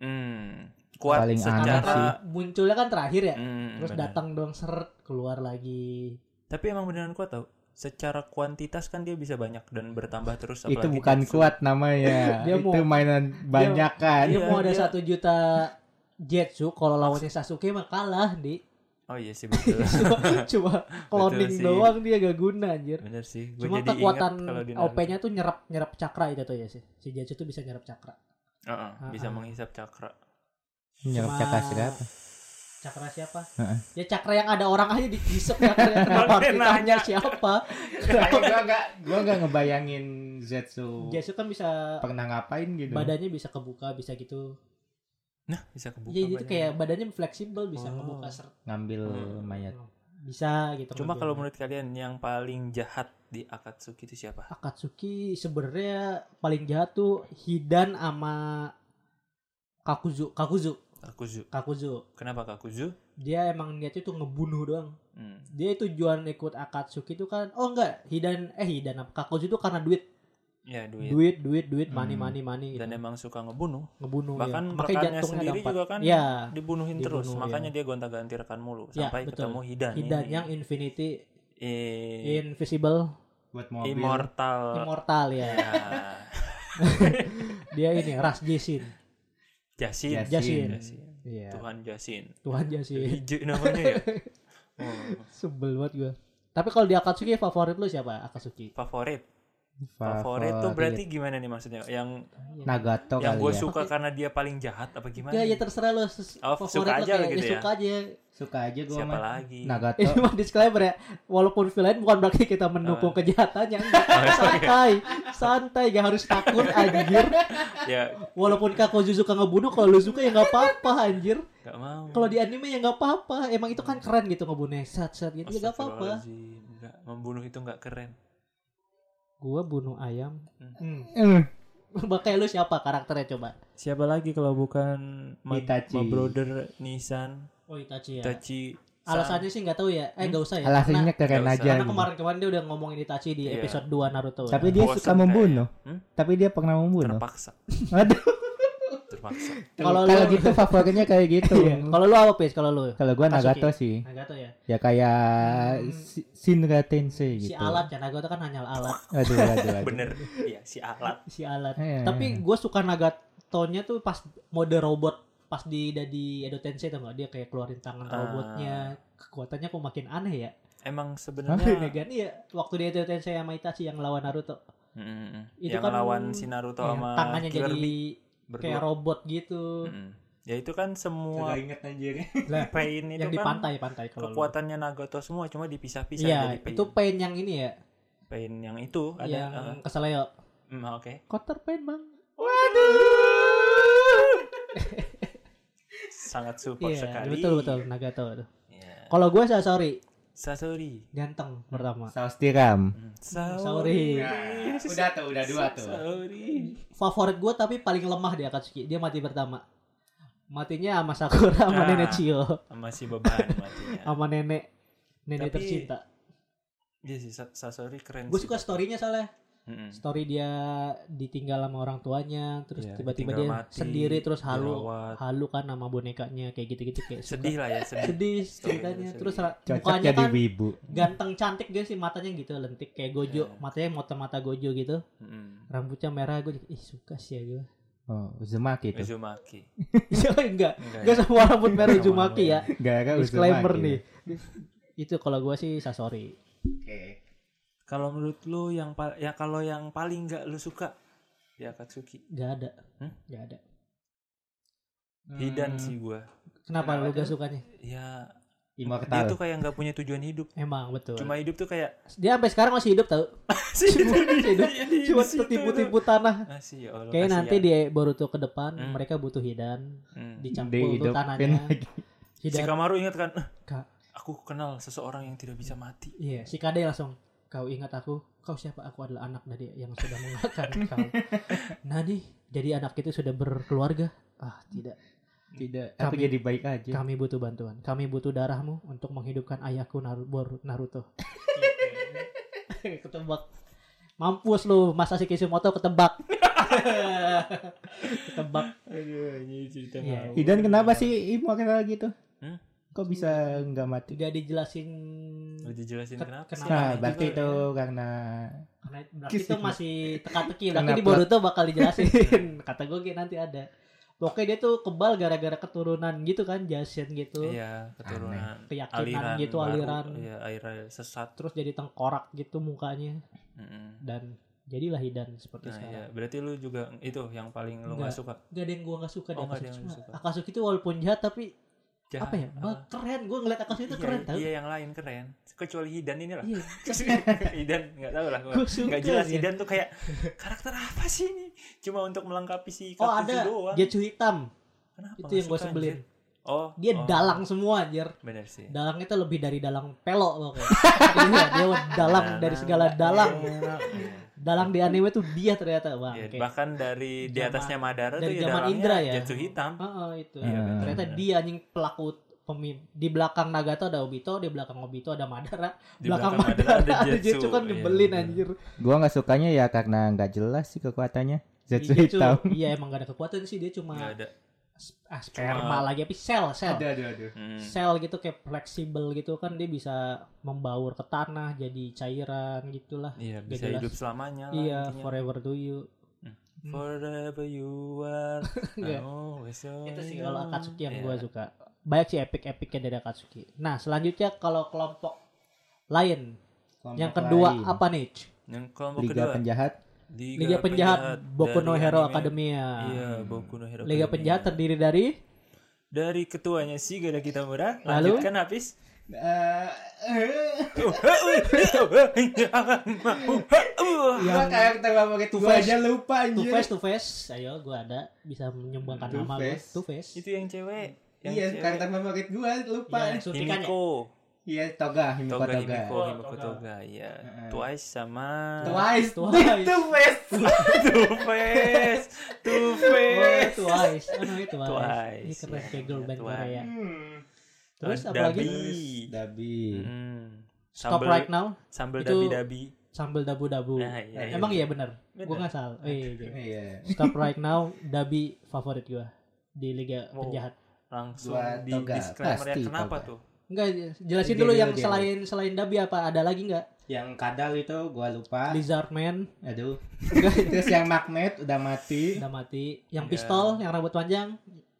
Hmm. Kuat
Paling aneh sih.
secara
Karena munculnya kan terakhir ya.
Hmm,
Terus
benar.
datang doang seret keluar lagi.
Tapi emang beneran kuat tau. Secara kuantitas kan dia bisa banyak dan bertambah terus
itu
apalagi
bukan
Jetsu.
kuat namanya.
[LAUGHS] Dia
itu
mau-
mainan banyak kan.
Dia
Iya,
mau ada
dia-
satu juta Jetsu kalau lawannya Sasuke mah kalah, Di.
[LAUGHS] Oh iya
[LAUGHS]
sih betul.
cuma cuma cloning
sih.
doang dia gak guna anjir
Bener sih. Gua
cuma
jadi
kekuatan
ingat kalau di Naruto.
OP-nya tuh nyerap nyerap cakra itu tuh ya sih si Jaju tuh bisa nyerap cakra
Heeh, bisa
Ah, ah.
menghisap cakra.
Nyerap
Cuma-
cakra
[LAUGHS]
siapa?
cakra siapa
Heeh.
ya cakra yang ada orang aja dihisap
[LAUGHS]
cakra yang kenapa harus
Makanya
ditanya
nanya. [LAUGHS]
siapa
Kayak gua enggak gua enggak ngebayangin Zetsu
Jaju kan bisa
pernah ngapain gitu.
badannya bisa kebuka bisa gitu
Nah, bisa kebuka.
Iya, jadi itu
badannya.
kayak badannya fleksibel bisa
Oh.
kebuka ser-
Ngambil
Hmm.
mayat.
bisa gitu
Cuma
ngambilnya.
kalau menurut kalian yang paling jahat di Akatsuki itu siapa?
Akatsuki sebenarnya paling jahat tuh Hidan sama Kakuzu Kakuzu
Kakuzu.
Kakuzu
Kenapa Kakuzu?
dia emang niatnya tuh ngebunuh doang
Hmm.
dia tujuan ikut Akatsuki itu kan oh enggak Hidan eh Hidan apa Kakuzu itu karena duit
Ya duit.
duit duit duit money
Hmm.
money money gitu.
Dan emang suka ngebunuh.
ngebunuh
bahkan
ya.
rekannya sendiri juga kan
ya
dibunuhin
Dibunuh,
terus
ya.
makanya dia gonta-ganti rekan mulu
Ya,
sampai
betul.
ketemu Hidan,
Hidan
ini.
yang infinity
Eh,
invisible
Buat mobil.
immortal
immortal [LAUGHS] ya
Ya,
dia ini ras Jason
Jasin
Jasin.
Jasin
Jasin.
Iya.
Tuhan Jasin
Tuhan Jasin
hijau
[LAUGHS]
namanya ya Oh,
sebel banget gue tapi kalau di Akatsuki favorit lu siapa Akatsuki
favorit favorit tuh berarti gimana nih maksudnya yang
Nagato
yang
kali
gue
ya.
suka karena dia paling jahat apa Iya. gimana
Nah, Oh, Ya, ya terserah lo
Oh, suka aja lo gitu ya?
suka aja
Suka aja gua
siapa
sama
lagi
Nah,
[LAUGHS]
Nagato.
Ini mah disclaimer ya. Walaupun villain bukan berarti kita mendukung kejahatannya.
[LAUGHS]
Enggak.
Oh, iya.
santai, santai gak harus takut anjir.
ya
Walaupun Kakozu suka ngebunuh, kalau lu suka ya nggak apa-apa anjir.
gak mau
Kalau di anime ya nggak apa-apa. Emang itu kan keren gitu ngebunuh set set gitu ya nggak apa-apa.
Astagfirullahaladzim. Nggak, membunuh itu nggak keren
Gua bunuh ayam. Hmm. [LAUGHS]
Eh,
Makanya lu siapa karakternya coba?
siapa lagi kalau bukan Ma-
Itachi.
Ma Brother Nissan
Oh Itachi ya.
Itachi San.
Alasannya sih nggak tahu ya. Eh nggak usah ya.
Alasannya
Nggak usah.
keren aja.
Karena, karena
gitu.
kemarin-kemarin dia udah ngomongin Itachi di
Iya.
episode 2 Naruto.
Tapi
ya.
dia
Bosen
suka membunuh.
kayaknya. Hmm?
Tapi dia pernah membunuh.
terpaksa
[LAUGHS] Aduh.
terpaksa
Kalau
Kalau
lu-
gitu favoritnya kayak gitu. [LAUGHS]
Iya. kalau lu apa Pis? Kalau lu?
Kalau gua
Akatsuki.
Nagato sih.
Nagato ya.
Ya kayak
Hmm.
si- Shinra Tensei
Si
gitu.
alat ya Nagato kan hanya alat.
Aduh, aduh, aduh.
bener ya si alat
si alat.
Iya,
Tapi
iya.
gue suka Nagatonya tuh pas mode robot pas di ada di Edo Tensei tau gak dia kayak keluarin tangan
Ah.
robotnya kekuatannya kok makin aneh ya
emang
Iya
sebenarnya
kan iya waktu di Edo Tensei sama Itachi yang lawan Naruto
Mm-mm.
Itu
yang
kan-
lawan si Naruto
Yang
sama
tangannya
Killer
jadi
Bee
kayak
berdua
robot gitu
Mm-mm. ya itu kan semua
inget anjir. gitu.
pain itu
yang di
kan
pantai pantai kalau lu.
kekuatannya Nagato semua cuma dipisah-pisah
iya
jadi pain
itu pain yang ini ya
pain yang itu ada
yang
eh,
keseleo.
mm, oke
Kotor pain mang.
sangat support
Iya,
sekali
betul betul Nagato tuh.
Iya.
Kalau gue sorry
Sasori
ganteng pertama.
Saus tiram.
Mm,
Sorry.
Iya.
Iya. udah tuh, udah dua tuh.
Sasori
Favorit gue tapi paling lemah dia Akatsuki. Dia mati pertama. Matinya sama Sakura sama
Ah.
nenek Chio
masih ya. beban matinya
sama nenek nenek
Tapi-
tercinta.
Iya sih, Sa- Sasori keren.
Gue
sih.
suka storynya soalnya.
Mm-mm.
Story dia ditinggal sama orang tuanya, terus
Iya,
tiba-tiba
ditinggal
dia
mati,
sendiri terus halu
dirawat.
halu kan sama bonekanya kayak gitu-gitu
[LAUGHS]
kayak suka.
Sedih lah ya, sedih.
sedih
Story
ceritanya
itu
terus
sedih.
ra-
Cocok
mukanya
jadi
kan
wibu.
ganteng cantik dia sih matanya gitu lentik kayak Gojo
Iya.
matanya mata mata Gojo gitu
Mm-mm.
rambutnya merah gue juga, ih suka sih ya
[LAUGHS]
gue
Oh, Uzumaki tuh.
Uzumaki.
ya enggak
Enggak
Gitu. enggak
ya?
semua rambut merah
Enggak semua
Uzumaki ya
Gara-gara Uzumaki.
disclaimer nih itu kalau gue sih Sasori
Oke.
Kalau menurut lu yang pa- ya kalau yang paling nggak lu suka ya Katsuki.
nggak ada
Hmm?
nggak ada
Hidan
Hmm,
sih gua.
kenapa,
Kenapa
lu gak
tuh?
sukanya
Ya
Hmm,
dia
Immortal.
tuh kayak nggak punya tujuan hidup.
emang betul
Cuma hidup tuh
[LAUGHS]
kayak
dia sampai sekarang masih hidup tau
Situ,
masih hidup
iya, di
cuma
situ.
tertipu-tipu tanah
Ah, sih, ya Allah,
kayak
kasihan.
nanti dia baru tuh ke depan
Hmm.
mereka butuh hidan
Hmm.
dicampur tuh
Dihidupin
tanahnya
lagi.
[LAUGHS] Si
hidan
Kamaru ingat kan?
Kak.
Aku kenal seseorang yang tidak bisa mati.
Iya, si Kade langsung kau ingat aku, kau siapa? Aku adalah anak dari yang sudah
[LAUGHS]
mengatakan kau. Nani, jadi anak itu sudah berkeluarga? Ah, tidak.
Hmm,
Tidak. Aku
Kami-
jadi baik aja.
Kami butuh bantuan. Kami butuh darahmu untuk menghidupkan ayahku Naru- Bor- Naruto.
[LAUGHS]
[LAUGHS] ketebak. Mampus lu, Masashi Kishimoto ketebak. [LAUGHS] ketebak.
Aduh, ini cerita
Iya.
ngawur.
Hidan kenapa sih immortal gitu?
Hmm?
Kok bisa nggak mati?
Tidak dijelasin
Lu dijelasin
Ken-
kenapa?
kenapa?
Nah,
Nah,
berarti
juga,
itu karena
karena Nah, berarti itu masih teka-teki
Kena
tapi di
plot.
Boruto bakal dijelasin [LAUGHS] kata gue kayak nanti ada pokoknya dia tuh kebal gara-gara keturunan gitu kan Jason gitu
Iya, keturunan.
keyakinan
Aliran
gitu
baru,
aliran
Iya, aliran sesat.
terus jadi tengkorak gitu mukanya
Mm-mm.
dan jadilah Hidan seperti
Nah, iya.
Gitu sekarang
Berarti lu juga itu yang paling lu nggak
Nggak.
suka.
gak ada yang gue gak suka dari
Oh, nggak ada
Akatsuki
yang
Cuma
suka.
Akatsuki itu walaupun jahat tapi
Jahat.
apa ya bah,
Ah.
keren gue ngeliat Akatsuki itu
Iya,
keren tau
Iya, yang lain keren. Kecuali Hidan ini lah.
[LAUGHS] iya
[LAUGHS] Hidan nggak tahu lah.
gue suka
Nggak jelas
ya.
Hidan tuh kayak karakter apa sih ini? Cuma untuk melengkapi si
oh
Katsuki
ada
doang.
Getsu hitam
Kenapa
itu
nggak
yang gue
suka,
sebelin
anjir? Oh,
dia
oh.
dalang semua anjir
Bener sih.
Dalangnya tuh lebih dari dalang pelok
[LAUGHS]
pokoknya. iya, dia dalang dari segala dalang.
Nah,
Nah,
Iya.
Dalang di anime tuh dia ternyata, Bang.
Iya,
Kayak-
bahkan dari di
Zaman-
atasnya Madara
dari
tuh ya
zaman
dalangnya
Indra ya.
Jatuh hitam.
Heeh, itu.
Iya,
Hmm.
bener.
Ternyata dia anjing pelaku pemim di belakang Nagato ada Obito, di belakang Obito ada Madara,
Di
belakang, Madara [LAUGHS] ada Jetsu kan
Iya,
nyebelin
bener.
anjir.
gua nggak sukanya ya karena nggak jelas sih kekuatannya. Zetsu
Di Jetsu,
hitam.
Iya, emang gak ada kekuatan sih dia cuma
Nggak ada.
ah, sperma lagi tapi sel, sel.
aduh, aduh.
Hmm.
Sel gitu kayak fleksibel gitu kan dia bisa membaur ke tanah jadi cairan gitulah.
Iya,
Nggak
bisa
jelas.
hidup selamanya lah
Iya,
intinya.
forever do you.
Forever you are.
[LAUGHS] Nggak.
Oh, so
itu sih kalau Akatsuki yang
Iya.
gue suka banyak sih epic epicnya dari Akatsuki nah selanjutnya kalau kelompok lain yang kedua apa nih Ci?
Yang kelompok
Liga
kedua.
penjahat.
Liga Penjahat Boku no
dari
Hero
anime.
Academia
Iya, Boku no Hero.
Liga
Academia.
Penjahat terdiri dari
dari ketuanya si Gada Kitamura.
Lalu?
Lanjutkan habis.
Eh, Gua kayak ketawa pakai
Two Face.
lupa
Two Face Two Face ayo gue ada bisa menyumbangkan
Two
nama gue
Face.
Two Face
Itu yang cewek. Yang
Iya,
cewek.
Iya, favorit gua lupa.
yang suntikannya
Himiko.
Iya, toga, Himiko
Toga
toga.
Himiko,
Oh,
Himiko
Toga.
Toga. Iya.
Heeh.
Twice sama
Twice,
Twice.
Two Face.
[LAUGHS] Two Face. Two
Oh,
Face.
Twice oh no itu Twice
Twice,
ini keren
iya,
kayak girl
iya,
band
Twice.
Korea
Hmm.
terus
Dabi.
apalagi
Dabi.
Hmm.
Stop
Sambal-
Right Now
Sambal
Itu-
dabi-dabi.
sambal dabu-dabu
Nah, iya, iya.
emang iya bener gue
Bener.
nggak salah Eh, iya.
Iya.
Stop right now Dabi favorit gua di Liga
Wow.
Penjahat.
langsung
Dua
di
toga,
disclaimer ya
pasti
kenapa
toga.
tuh
Enggak jelasin
Dia
dulu
dulu,
yang
dia
selain selain Dabi apa ada lagi enggak?
Yang kadal itu gua
Ah.
lupa.
Lizard Man
Aduh. [LAUGHS] Terus yang magnet udah mati.
udah mati, yang
Iya.
pistol, yang rambut panjang,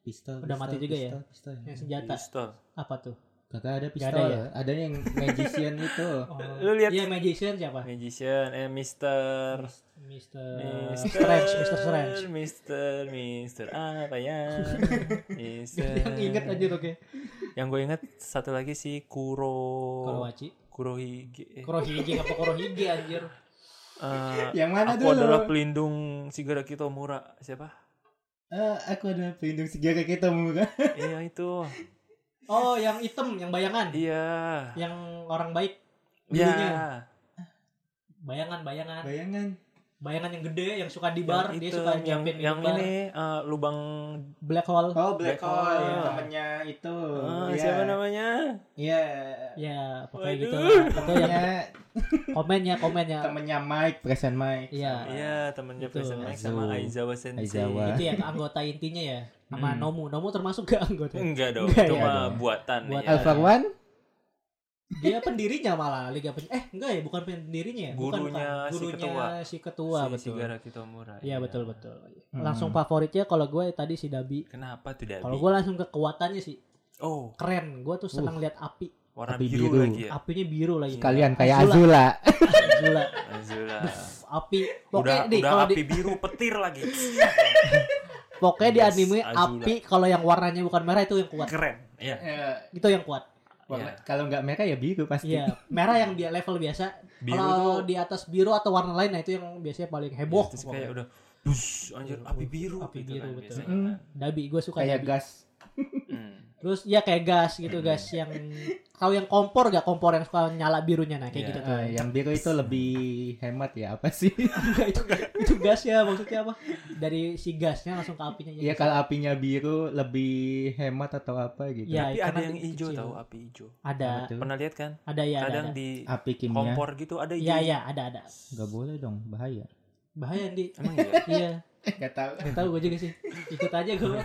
Pistol.
Udah mati juga ya?
Pistol.
yang senjata.
pistol
Apa tuh?
Kakak ada pistol.
ada
Ada,
ya?
yang magician
[LAUGHS]
itu.
Oh.
Lu lihat-
Iya magician siapa?
magician eh mister
Mr. Eh, Strange, Mr. Strange. [LAUGHS]
Mister, Mister, apa ya? Mister.
yang inget aja tuh kayak.
Yang gue inget satu lagi si Kuro
Kurowaci.
Kurohige.
Kurohige apa Kurohige anjir?
Eh,
Yang mana
aku
dulu?
adalah pelindung Shigaraki Tomura.
[LAUGHS]
Siapa?
Eh, aku adalah pelindung segera kita muka.
iya itu.
Oh, yang hitam, yang bayangan.
Iya.
Yang orang baik.
Iya.
Dulunya. Bayangan, bayangan.
Bayangan.
Bayangan yang gede yang suka di bar, dia
hitam,
suka
yang,
nyiapin
yang
di bar.
ini eh, lubang
black hole. Ah,
Oh, Black
Black Hole,
Hole, yang
ya.
temennya itu.
Oh,
eh,
Iya.
siapa namanya?
Iya.
Ya, pokoknya
Waduh.
gitu. lah. Atau yang
[LAUGHS]
Temennya,
komen ya, komen ya.
temennya Mike, present Mike.
Iya.
Iya, temennya
Itu.
Present Mike sama Aizawa Sensei.
Aizawa.
Itu ya ke anggota intinya ya. Sama
Hmm.
Nomu. Nomu termasuk gak anggota?
Enggak dong,
Enggak,
itu
ya,
mah
dong.
buatan.
Buat-
ya.
Alpha One?
Dia pendirinya malah Liga Pen- Eh, enggak ya, bukan pendirinya ya. Bukan, bukan.
Gurunya si
Gurunya
ketua.
si ketua,
si
betul.
Shigaraki Tomura.
Iya, betul, betul.
Hmm.
Langsung favoritnya kalau gue tadi si Dabi.
Kenapa tuh Dabi?
Kalau gue langsung ke kekuatannya sih
Oh,
keren. Gue tuh
Uh.
senang lihat api.
warna
Api
biru,
biru.
lagi ya.
Apinya biru lagi.
Kalian kayak
Iya. Azula.
Azula.
Gila.
Azula.
api.
Udah,
Pokoknya di
udah
kalau di
api biru petir
[LAUGHS]
lagi.
pokoknya di
Yes,
anime
Azula.
api kalau yang warnanya bukan merah itu yang kuat.
Keren. Iya.
Eh,
Itu yang kuat.
warna- [LAUGHS] Kalau nggak merah ya biru pasti.
Iya, merah yang dia level biasa.
Biru
Kalau
tuh-
di atas biru atau warna lain nah itu yang biasanya paling heboh.
Terus
pokoknya.
Iya, kayak udah bus anjir api biru
Api
gitu
biru,
kan
betul.
biasanya
Mm.
kan.
Dabi, gue suka
Kayak
Dabi.
gas.
Hmm.
Terus ya kayak gas gitu, gas yang kalau yang kompor gak kompor yang suka nyala birunya nah kayak
Iya.
gitu tuh. [LAUGHS]
Eh, yang biru itu lebih hemat ya apa [LAUGHS] sih?
Enggak, itu itu gas ya maksudnya apa? Dari si gasnya langsung ke apinya
Iya kalau apinya biru lebih hemat atau apa gitu.
Iya,
Tapi
itu
ada
nanti
yang hijau
kecil.
tahu api hijau.
Ada,
Apa tuh?
Pernah lihat kan?
ada ya, ada.
Kadang
ada.
di
Api kimia.
kompor gitu ada hijau.
Iya, iya, ada, ada.
Gak boleh dong, [LAUGHS] bahaya.
Bahaya di.
Emang
[LAUGHS]
iya.
iya,
Gak Eh, [LAUGHS] tahu. Ya,
gak tahu gue juga sih. Ikut aja gue.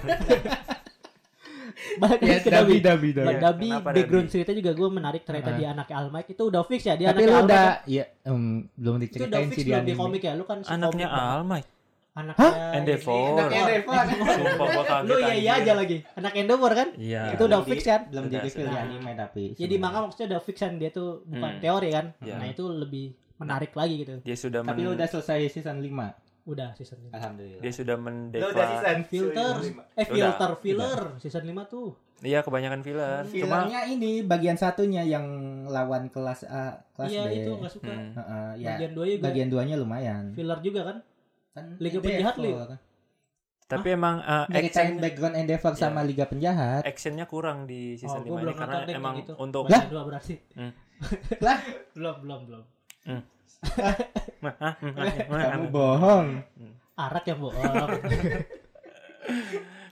Balik
Ya,
lagi ke Dabi.
dabi dabi dabi.
Mbak Dabi,
Kenapa
background cerita juga gue menarik ternyata
Heeh.
dia anaknya Almike itu udah fix ya dia
Tapi
anaknya
lu
Almike.
udah, ya em, belum
Itu udah
diceritain
fix
sih di
belum di
anime.
komik ya, lu kan si
Anaknya
komik banget.
Al
[LAUGHS]
Mike.
Anaknya
Endeavor.
ini,
Anaknya Sumpah gua kaget.
[LAUGHS] Lu iya iya
anjir.
aja lagi. Anak Endeavor kan?
Iya.
Itu udah
Belum
fix
di-
kan?
Nah, Belum di
Udah,
reveal di
sudah.
anime tapi.
Jadi manga maksudnya udah fix kan dia tuh bukan
Hmm.
teori kan.
Iya.
Nah, itu lebih menarik lagi gitu.
Dia sudah
Tapi
men-
lu udah selesai season 5
Udah season 5.
Alhamdulillah.
dia sudah
Lu udah
mendeklar
season
Filter, eh filter, filler season 5 tuh.
iya kebanyakan filler cuma
Filmnya ini bagian satunya yang lawan kelas A, kelas
Iya,
B.
itu gak suka.
hmm.
Heeh, ya.
Bagian 2 juga
Bagian duanya lumayan.
filler juga kan?
Kan
Liga
Endeavor.
Penjahat, Li.
tapi emang uh,
Nyeritain
action
background Endeavor sama Liga Penjahat.
actionnya kurang di season
gua
5 ini
belum
karena
nonton deh
emang
kayak gitu.
untuk
Bagian 2 berarti.
Hmm.
[LAUGHS]
Lah.
belum, belum, belum.
Hah? Hmm, hmm, hmm,
Kamu
hmm.
bohong.
Arak ya, [LAUGHS] bohong.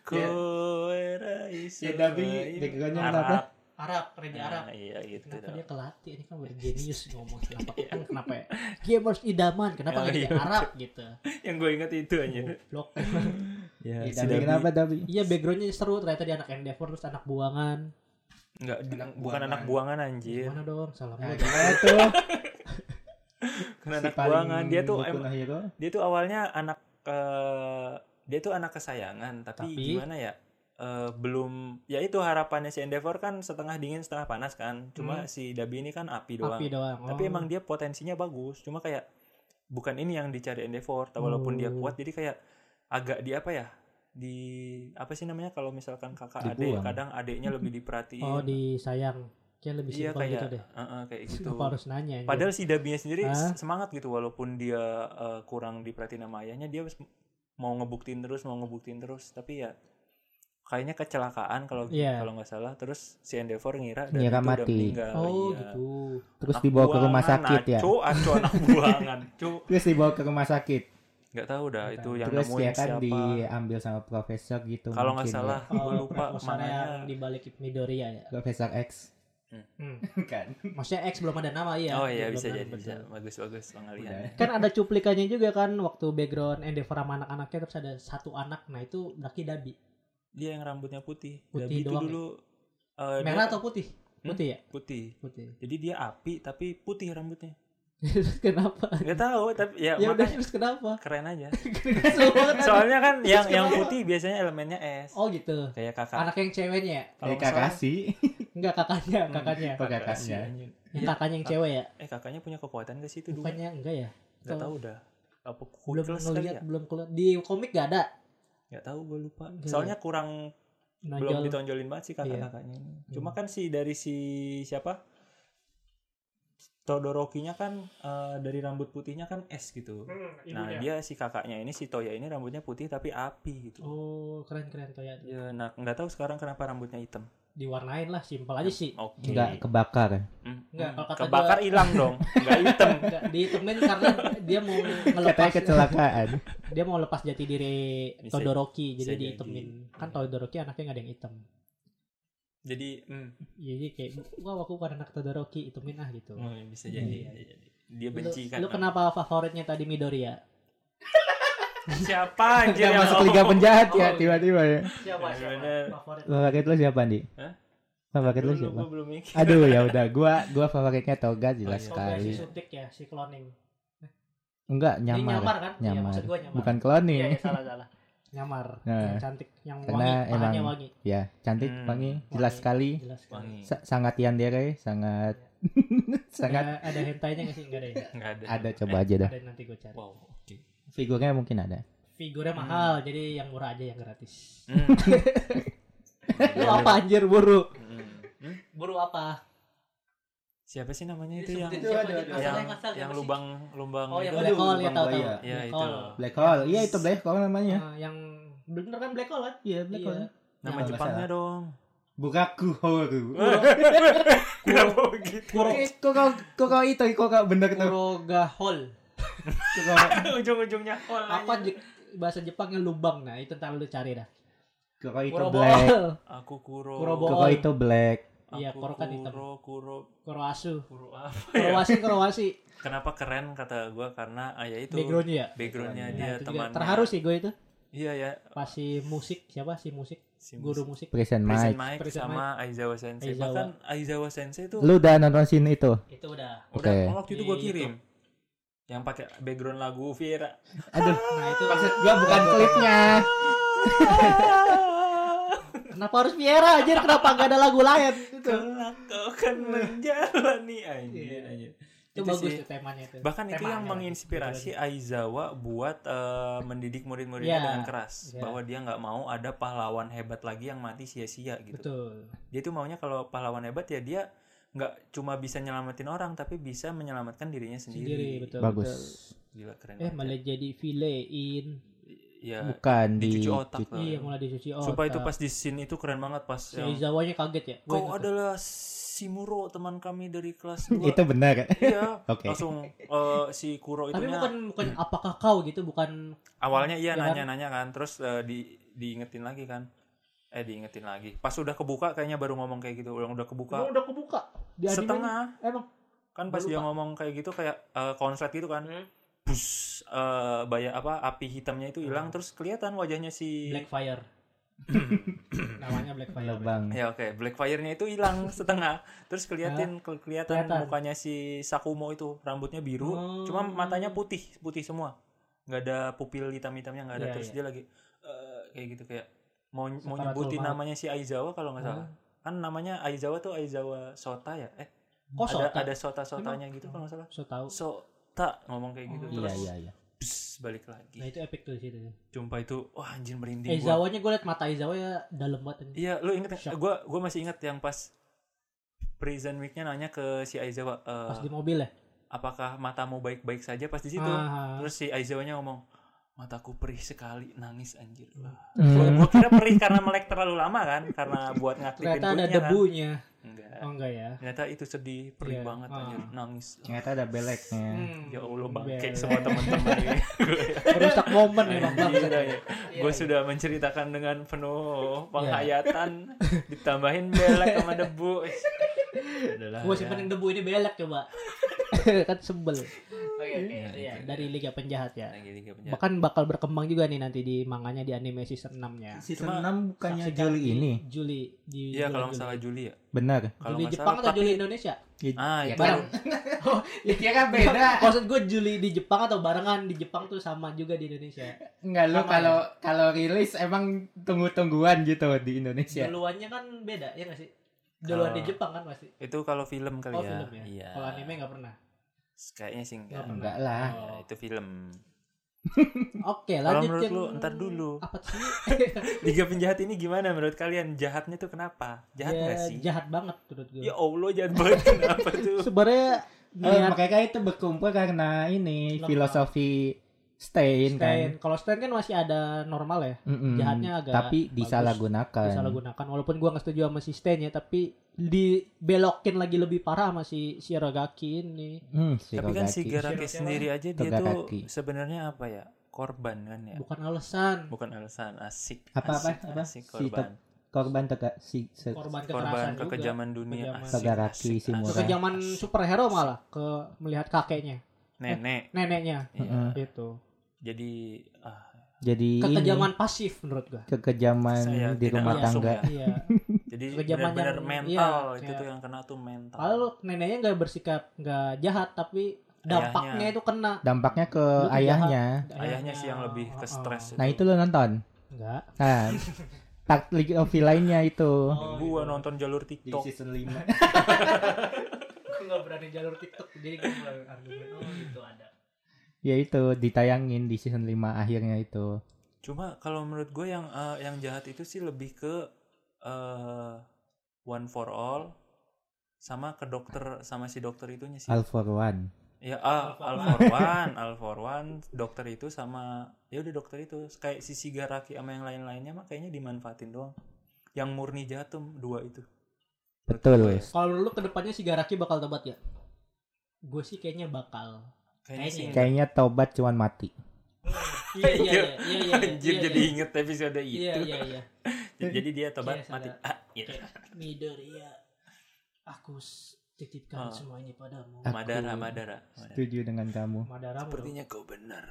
Koeraisu
Ya, tapi
main
backgroundnya
Arab.
kenapa?
Arab, Raja Arab.
Ah, iya gitu
Kenapa
dong.
dia kelatih? Ini kan
[LAUGHS]
udah genius ngomong kenapa kan kenapa ya? Gamers idaman, kenapa nggak
Iya,
jadi Arab gitu?
yang gue ingat itu aja
Blok.
ya,
Eh,
si
Dabi,
Dabi.
kenapa Dabi?
Iya backgroundnya seru ternyata dia anak Endeavor terus anak buangan.
Nggak, di-
Anak
bukan
buangan.
anak buangan anjir
Gimana dong? Salam gua.
Nah,
iya,
gimana tuh?
bukan anak buangan dia tuh em-
hero.
dia tuh awalnya anak eh, dia tuh anak kesayangan tapi,
Tapi-
gimana ya eh, belum ya itu harapannya si Endeavor kan setengah dingin setengah panas kan cuma si Dabi ini kan api doang
Api doang.
tapi
Oh.
emang dia potensinya bagus cuma kayak bukan ini yang dicari Endeavor tapi walaupun dia
Oh.
kuat jadi kayak agak di apa ya di apa sih namanya kalau misalkan kakak adik
Dibuang.
kadang adiknya lebih diperhatiin
oh disayang. Kayak lebih
iya
simpel
kayak
gitu deh.
eh, eh, kayak gitu
Apa harus nanya? anjir?
Padahal si Dabinya sendiri
Hah?
semangat gitu walaupun dia eh, kurang diperhatiin sama ayahnya dia harus mau ngebuktiin terus mau ngebuktiin terus tapi ya kayaknya kecelakaan kalau
Iya.
kalau nggak salah terus si Endeavor ngira dan itu
Ngira
udah
mati.
meninggal
Oh
iya.
gitu.
Terus
Anak
dibawa ke rumah
buangan,
sakit ya.
aco, aco
[LAUGHS]
anak buangan cu
Terus dibawa ke rumah sakit.
nggak tahu dah itu yang
Terus
nemuin
ya kan
siapa
diambil sama profesor gitu.
kalau nggak
mungkin ya.
salah
Oh,
gue
[LAUGHS]
lupa
proposalnya yang
mananya
di balik Midoriya ya.
Profesor X. [LAUGHS]
Hmm.
kan.
[LAUGHS] Maksudnya X belum ada nama ya.
oh iya
Belum
bisa
ada,
jadi
betul.
bisa bagus bagus pengalihan
Udah.
kan ada cuplikannya juga kan waktu background Endeavor sama anak-anaknya terus ada satu anak nah itu berarti Dabi
dia yang rambutnya putih
Putih
Dabi itu
doang ya?
dulu eh, dia
merah atau putih
Hmm?
putih ya
putih
putih [LAUGHS]
jadi dia api tapi putih rambutnya
terus kenapa
nggak tahu tapi ya,
[LAUGHS] ya udah
makanya
terus kenapa
keren aja
Seru banget aja.
[LAUGHS] soalnya kan yang
kenapa?
yang putih biasanya elemennya es
oh gitu
kayak kakak
anak yang ceweknya ya
Kalau
Kalau
nggak salah-
Eh, Kakashi,
enggak kakaknya
Hmm,
kakaknya
Kakaknya.
sih, anjing.
yang
Iya.
kakaknya yang cewek ya
eh kakaknya punya kekuatan gak sih itu dulu
bukannya enggak ya
nggak
atau-
tahu dah apa
belum
kudas kali
ngeliat
ya
belum keluar di komik gak ada
nggak tahu gue lupa
Nggak. Iya. Hmm.
soalnya kurang belum
Nonjol.
ditonjolin banget sih kakak-kakaknya ini. Cuma kan si dari si siapa? Todorokinya kan eh, dari rambut putihnya kan es gitu.
Hmm, Iya.
Nah, dia si kakaknya ini si Toya ini rambutnya putih tapi api gitu.
Oh, keren-keren kayak
Ya, nah, nggak tahu sekarang kenapa rambutnya hitam.
diwarnain lah, simpel aja sih.
Oke.
Enggak kebakar.
Mm.
Enggak, kalau kata
Kebakar
gua-
hilang dong, nggak
[LAUGHS]
hitam.
Enggak, ditemen karena dia
[LAUGHS]
mau
Katanya
ngelepas
kecelakaan.
Iya,
dia mau lepas jati diri
Bisa-
Todoroki
bisa
jadi
jadi.
diitemin. Kan Todoroki anaknya nggak ada yang item.
Jadi,
hmm,
mm,
Jadi kayak gua aku bukan anak Todoroki, itemin ah gitu.
oh, bisa jadi. ya, ya, jadi. Dia benci kan.
iya. Lu, lu kenapa favoritnya tadi Midoriya?
[LAUGHS]
[LAUGHS]
Siapa anjir
Kita
yang
masuk liga penjahat
Oh.
ya tiba-tiba ya.
Siapa
siapa? Bener.
Favorit.
Favorit lu siapa, Di?
Hah?
Favorit lu
Dulu
siapa?
gua belum mikir.
Aduh ya udah gua gua favoritnya toga
Oh,
jelas
si
sekali.
Sutik ya, si cloning.
Enggak
Dia
nyamar. ya.
nyamar kan? Iya,
nyamar.
maksud gua nyamar.
Bukan cloning.
Iya, iya, salah salah. Nyamar.
Nah.
Yang cantik, yang wangi,
Karena
pahanya
emang-
wangi.
Ya, cantik
Hmm.
wangi, jelas
Wangi.
sekali.
Jelas kan.
Wangi.
Sa- sangat yandere, sangat [LAUGHS] sangat Iya.
Ada, ada hentainya nggak sih? Nggak ada ya?
Nggak ada. Eh,
ada coba aja dah.
Ada nanti gue cari.
Wow, oke.
Figurnya mungkin ada.
Figurnya mahal, jadi yang murah aja yang gratis.
Mm. Hmm.
Lu apa anjir buru?
Mm.
Buru apa?
Siapa sih namanya itu
Sebutin
yang
siapa aja,
aduh,
asal
yang
yang asal,
yang
siapa sih?
lubang lubang
Oh, yang
itu?
black
Aduh,
hole ya
Bang
tahu tahu.
Buaya.
Ya,
Black
itu.
hole.
Black hole. Iya itu black hole namanya.
Eh, yang bener kan black hole kan?
Iya,
black
black
hole.
hole.
nama
Kalau nggak
Jepangnya dong.
Buraku horu.
Kenapa [LAUGHS] begitu?
Kuro,
Kok kau kok kau itu kok kau bener tuh.
kuroga hole.
Kok kau-
Ujung-ujungnya hole
Apa
aja.
je- bahasa Jepangnya lubang? Nah, itu ntar lu cari dah.
kok kau itu
Kuro
black.
bool.
Aku kuro.
Kuro
Kok
bool.
kau itu black.
Aku
Iya, kuro kan hitam.
Kuro, kuro,
Kuro asu.
kuro apa ya?
Kurowasi, kurowasi.
Kenapa keren kata gua karena ah, ya itu
Backgroundnya ya?
backgroundnya
Nah,
dia
itu juga.
teman.
Terharu sih gue itu.
Iya ya.
Pas si musik, siapa si musik?
Si
Guru musik.
Present
Prison
Mike.
Mike,
Prison
sama Aizawa Sensei.
Aizawa.
Bahkan Aizawa Sensei tuh
Lu udah nonton scene itu?
Itu udah.
udah
Oke.
[LAUGHS] waktu itu gua
Itu.
kirim. Yang pakai background lagu
[LAUGHS]
Vira.
Aduh,
Nah, itu
gua bukan klipnya.
Kenapa harus Viera anjir? Kenapa gak ada lagu lain? Itu,
Kelak kau kan menjalani anjir
Iya.
anjir.
itu
Itu
bagus
sih.
tuh temanya itu.
Bahkan itu yang
Temanya
menginspirasi
lagi.
Aizawa buat eh, mendidik murid-muridnya
gitu. Iya.
dengan keras
Iya.
bahwa dia nggak mau ada pahlawan hebat lagi yang mati sia-sia gitu.
Betul.
Dia tuh maunya kalau pahlawan hebat ya dia nggak cuma bisa nyelamatin orang tapi bisa menyelamatkan dirinya
Sendiri,
sendiri.
betul.
Bagus.
betul.
Gila keren.
Eh,
banget
malah
ya.
jadi filein.
Ya,
Bukan di
dicuci otak lah.
Iya, mulai dicuci otak.
Oh, Sumpah itu pas di scene itu keren banget pas
eh, Si
yang
Izawanya kaget ya. Gue
kau
ingat tuh.
adalah Simuro teman kami dari
[LAUGHS]
kelas 2.
[LAUGHS] Itu benar.
Iya.
Oke.
Langsung eh, si Kuro itu
Gitu. Tapi bukan bukan
Hmm.
apakah kau gitu, bukan
awalnya iya
Ya kan?
nanya-nanya kan, terus eh, di diingetin lagi kan. Eh diingetin lagi. Pas udah kebuka kayaknya baru ngomong kayak gitu. Ulang udah
Emang
kebuka
udah kebuka di anime
setengah.
ini? Emang
Kan pas
Gua
dia
kan? lupa.
ngomong kayak gitu kayak eh, konslet gitu kan.
Hmm.
Bus eh, baya apa api hitamnya itu hilang
Hmm.
terus kelihatan wajahnya si [COUGHS]
Blackfire. Namanya Blackfire.
Lebang.
Ya oke, Blackfire-nya itu hilang [LAUGHS] setengah. Terus keliatin ke- kelihatan
Kelihatan.
mukanya si Sakumo itu, rambutnya biru,
Oh.
cuma matanya putih, putih semua. nggak ada pupil hitam-hitamnya nggak ada.
Iya,
Terus
iya.
dia lagi eh, kayak gitu kayak mau mau
Sakaratul
nyebutin
Maut.
namanya si Aizawa kalau nggak
Oh.
salah. Kan namanya Aizawa tuh Aizawa Sota ya? Eh,
Kok Oh,
ada
Sota?
ada Sota-sotanya gitu kalau nggak salah.
So tau.
Sota ngomong kayak gitu
Oh.
Iya,
terus
iya, iya.
bus, balik lagi.
Nah itu epic tuh di situ.
Jumpa itu wah anjir merinding gua.
Izawanya gue liat mata Izawa ya dalam banget. anjing.
Iya, lu inget
Shock.
nggak? Gua gua masih inget yang pas Prison Week-nya nanya ke si Aizawa, e,
Pas di mobil ya.
apakah matamu baik-baik saja pas di situ?
Ah,
Terus si Aizawanya ngomong, mataku perih sekali, nangis anjir. Wah. Gua,
Hmm.
gua kira perih karena melek terlalu lama kan, karena
[LAUGHS]
buat ngaklipin
Ternyata ada
kulitnya kan.
debunya.
Enggak.
Oh enggak ya.
Ternyata itu sedih, perih
Iya.
banget
Ah.
anjir, nangis.
Ternyata ada beleknya.
Hmm.
Ya Allah bangke
Bel-
semua teman-teman
[LAUGHS]
ini.
Rusak momen emang
Anjir,
bang. Iya,
anjir. Gue ya. sudah menceritakan dengan penuh penghayatan, ditambahin belek sama debu. ya. Adalah.
Gue simpen yang debu ini belek coba. [LAUGHS] kan sebel. Oke
Ya,
oke. Iya, dari Liga Penjahat ya.
Lagi liga penjahat.
Bahkan bakal berkembang juga nih nanti di manganya di anime season 6-nya.
Season
Cuma-
6 bukannya Juli ini.
Juli di bulan
Iya kalau nggak
Juli.
salah Juli ya.
Benar.
Kalau
Juli
nggak
Jepang
salah,
atau Juli
tapi-
Indonesia? Iya.
Ah,
Ya
itu
kan?
Bareng.
[LAUGHS] Ya kira kan
[LAUGHS] Maksud gue Juli di Jepang atau barengan di Jepang tuh sama juga di Indonesia.
Enggak lu
Sama
kalau kalau rilis emang tunggu-tungguan gitu di Indonesia.
Duluannya kan beda ya nggak sih? Duluan
Kalau-
di Jepang kan pasti.
itu kalau film kali
Oh
ya.
film ya.
Oh. Iya.
Kalau anime nggak pernah.
Kayaknya sih
Nggak
enggak. Oh.
pernah.
Enggak lah.
Ya, itu film.
Oke,
Kalau
lanjut
menurut
yang-
lu, ntar dulu.
Apa sih?
Tiga penjahat ini gimana menurut kalian? Jahatnya tuh kenapa? Jahat
Ya,
nggak sih?
Jahat banget menurut gue.
Ya Allah jahat banget [LAUGHS] kenapa tuh?
Sebenarnya niat
Eh, mereka itu berkumpul karena ini
Lokal.
filosofi stain,
Stein.
kan.
Kalau Stein kan masih ada normal ya.
Mm-mm.
Jahatnya agak
tapi
bagus.
disalahgunakan.
Disalahgunakan. Walaupun gua nggak setuju sama si Stein ya, tapi dibelokin lagi lebih parah sama si Shirogaki ini.
Hmm, si
Tapi kan
Kogaki.
si Garaki
Shirogaki.
sendiri aja dia tuh
Togaraki.
sebenarnya apa ya? Korban kan ya?
Bukan alasan.
Bukan alasan asik.
Apa, apa,
asik,
apa?
asik
Si
korban.
korban tega si se-
Korban
korban
kekerasan juga.
kekejaman dunia
Kekejaman.
asik,
Togaraki,
asik,
si
asik,
murah.
Kekejaman
asik.
superhero malah ke melihat kakeknya,
nenek.
neneknya
Iya.
Mm-mm.
gitu.
Jadi ah,
jadi
Iya.
ini,
Kekejaman pasif menurut gua.
kekejaman
Saya
di
tidak
rumah
langsung
tangga.
ya.
Iya.
jadi
Kekejaman
benar-benar
yang-
mental
iya,
itu
iya.
tuh yang kena tuh mental.
Kalau neneknya nggak bersikap nggak jahat tapi dampaknya
Ayahnya.
itu kena.
Dampaknya ke
Lu tuh Oh,
ayahnya.
ayahnya sih yang lebih
iya.
ke stres.
Nah, itu lo nonton.
Enggak.
Nah, part League of lainnya itu.
Oh,
gua
gitu.
nonton jalur TikTok.
season 5.
Gue nggak berani jalur TikTok jadi gue mulai argumen oh gitu ada.
ya itu ditayangin di season 5 akhirnya itu.
Cuma kalau menurut gue yang eh, yang jahat itu sih lebih ke eh, one for all sama ke dokter sama si dokter itunya sih.
All for one.
ya ah, all for
[LAUGHS]
one, all for one, dokter itu sama ya udah dokter itu kayak sisi garaki sama yang lain-lainnya mah kayaknya dimanfaatin doang. Yang murni jatum dua itu. Menurut
Betul,
gua ya.
Wes.
Kalau lu kedepannya si Garaki bakal tobat gak? Gue sih kayaknya
[LAUGHS]
bakal.
Kayaknya sih.
Kayaknya.
Kayaknya tobat cuman mati.
Iya iya iya iya iya.
Anjir
iya,
jadi gitu.
iya.
inget episode itu.
Iya iya iya.
Jadi dia tobat
Iya,
mati.
sadar.
Ah, iya.
Kayak, Midoriya, iya. aku s- titipkan
Ah.
semua ini padamu.
Aku-
Madara, Madara. Madara.
Setuju dengan kamu.
Madara Sepertinya.
Sepertinya kau [LAUGHS] benar.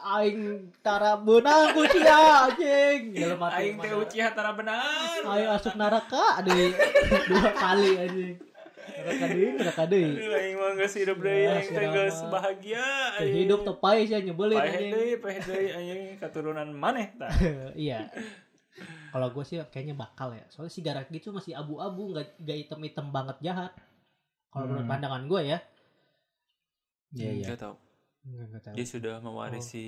Aing tara benang kuci anjing. Dalam hati
Aing teh
Madara.
Uchiha Tara benar.
Ayo asup neraka deh [LAUGHS] dua kali anjing. Neraka deui, neraka deui.
Aduh, Aing mah geus hidup deui,
Ya,
aing teh geus
sirama.
bahagia.
Teu Hidup tepai sih nyebelin
Pahit
anjing.
deui, pahit deui anjing keturunan maneh tah.
[LAUGHS] Iya. Kalau gue sih kayaknya bakal ya. Soalnya si Garaki itu masih abu-abu, nggak nggak item-item banget jahat. Kalau menurut
Hmm.
pandangan gue ya.
Iya, iya.
Enggak tahu.
Nggak nggak tahu.
Dia sudah mewarisi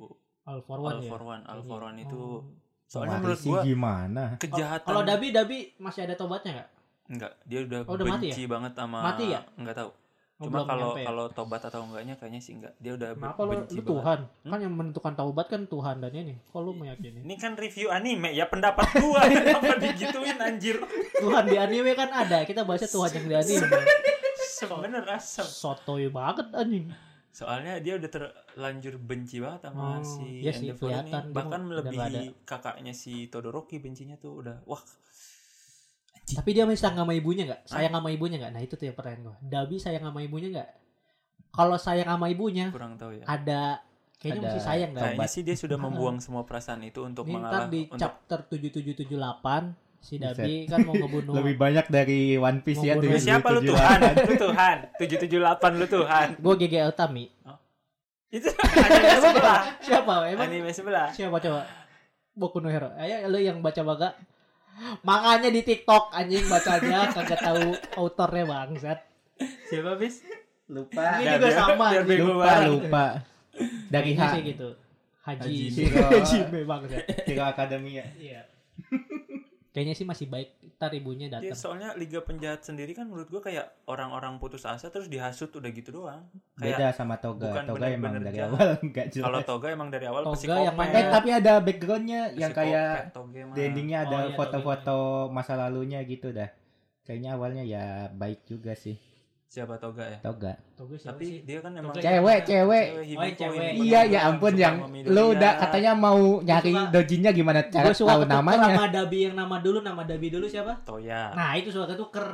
u-
All for one
Iya. All
ya.
for One. All for One itu
Oh.
soalnya menurut
Mewarisi
gua
gimana?
kejahatan.
Kalau Dabi Dabi masih ada tobatnya nggak?
enggak, dia udah,
Oh, udah mati
benci banget sama
Mati ya?
enggak tahu.
Oh,
Cuma
belum
kalau
nyampe ya?
kalau tobat atau enggaknya kayaknya sih enggak. Dia udah be-
Kenapa lu,
benci
lu
banget.
Tuhan? Kan yang menentukan taubat kan Tuhan dan ini. Kok lu meyakini?
Ini kan review anime ya pendapat gua [LAUGHS] kenapa digituin anjir.
[LAUGHS] Tuhan di anime kan ada. Kita bahasnya Tuhan yang di anime.
Sebenernya asem.
Sotoy banget anjing.
Soalnya dia udah terlanjur benci banget
Oh,
sama si
iya sih,
Endeavor ini.
kelihatan. Dia
Bahkan
udah nggak ada.
melebihi kakaknya si Todoroki bencinya tuh udah wah
Tapi dia masih sayang sama ibunya nggak? Sayang sama ibunya nggak? Nah itu tuh yang pertanyaan gue. Dabi sayang sama ibunya nggak? Kalau sayang sama ibunya,
kurang tahu ya.
Eh, ada kayaknya
Ada
masih sayang nggak?
Kayaknya sih dia
[LAUGHS]
sudah membuang semua perasaan itu untuk
Ini ntar
mengalah
di
untuk
chapter 7778 si
Buset.
Dabi kan mau
[LAUGHS]
ngebunuh
Lebih banyak dari One Piece ya.
Membunuh
Lu
77.
siapa lu Tuhan? lu Tuhan. 778 lu
[LAUGHS]
Tuhan.
gue GG Utami
Itu anime
emang
sebelah.
siapa emang
Anime sebelah.
siapa coba Boku no Hero ayo lu yang baca baga makanya di TikTok anjing
[LAUGHS]
bacanya kagak tahu autornya bangsat
Siapa bis?
ini
Nah,
Lupa.
Biar-
juga
biar-
sama
biar
anjing.
bego
Lupa,
banget.
lupa. Dari
Kayaknya
H.
sih gitu [LAUGHS] Haji
Haji Shiro.
Haji bangsat
Kira Akademia.
[LAUGHS]
iya kayaknya sih masih baik ntar ibunya
Ya,
datang
soalnya Liga Penjahat sendiri kan menurut gua kayak orang-orang putus asa terus dihasut udah gitu doang. Kayak
Beda sama Toga.
bukan
Toga emang
bener-bener
dari
jahat.
awal [LAUGHS] enggak
kalau
jelas.
Toga emang dari awal
Toga
psikopat.
yang mana-
Eh, tapi ada backgroundnya yang
Psikopat,
kayak
Toga mah.
di endingnya
Oh,
ada
iya,
foto-foto masa lalunya gitu dah. Kayaknya awalnya ya baik juga sih
Siapa Toga ya?
Toga.
Togo siapa
Tapi
sih?
dia kan emang
Toga
Cewek, cewek.
Himiko,
Oh, yang cewek.
Himiko
Iya,
yang
ya ampun
suka
yang
sama Iya, Midoriya.
lu udah katanya mau nyari
Iya. suka-
dojinnya gimana cara
Gua suka
tahu
ketuker
namanya.
sama Dabi yang nama dulu nama Dabi dulu siapa
Toya.
nah itu suka ketuker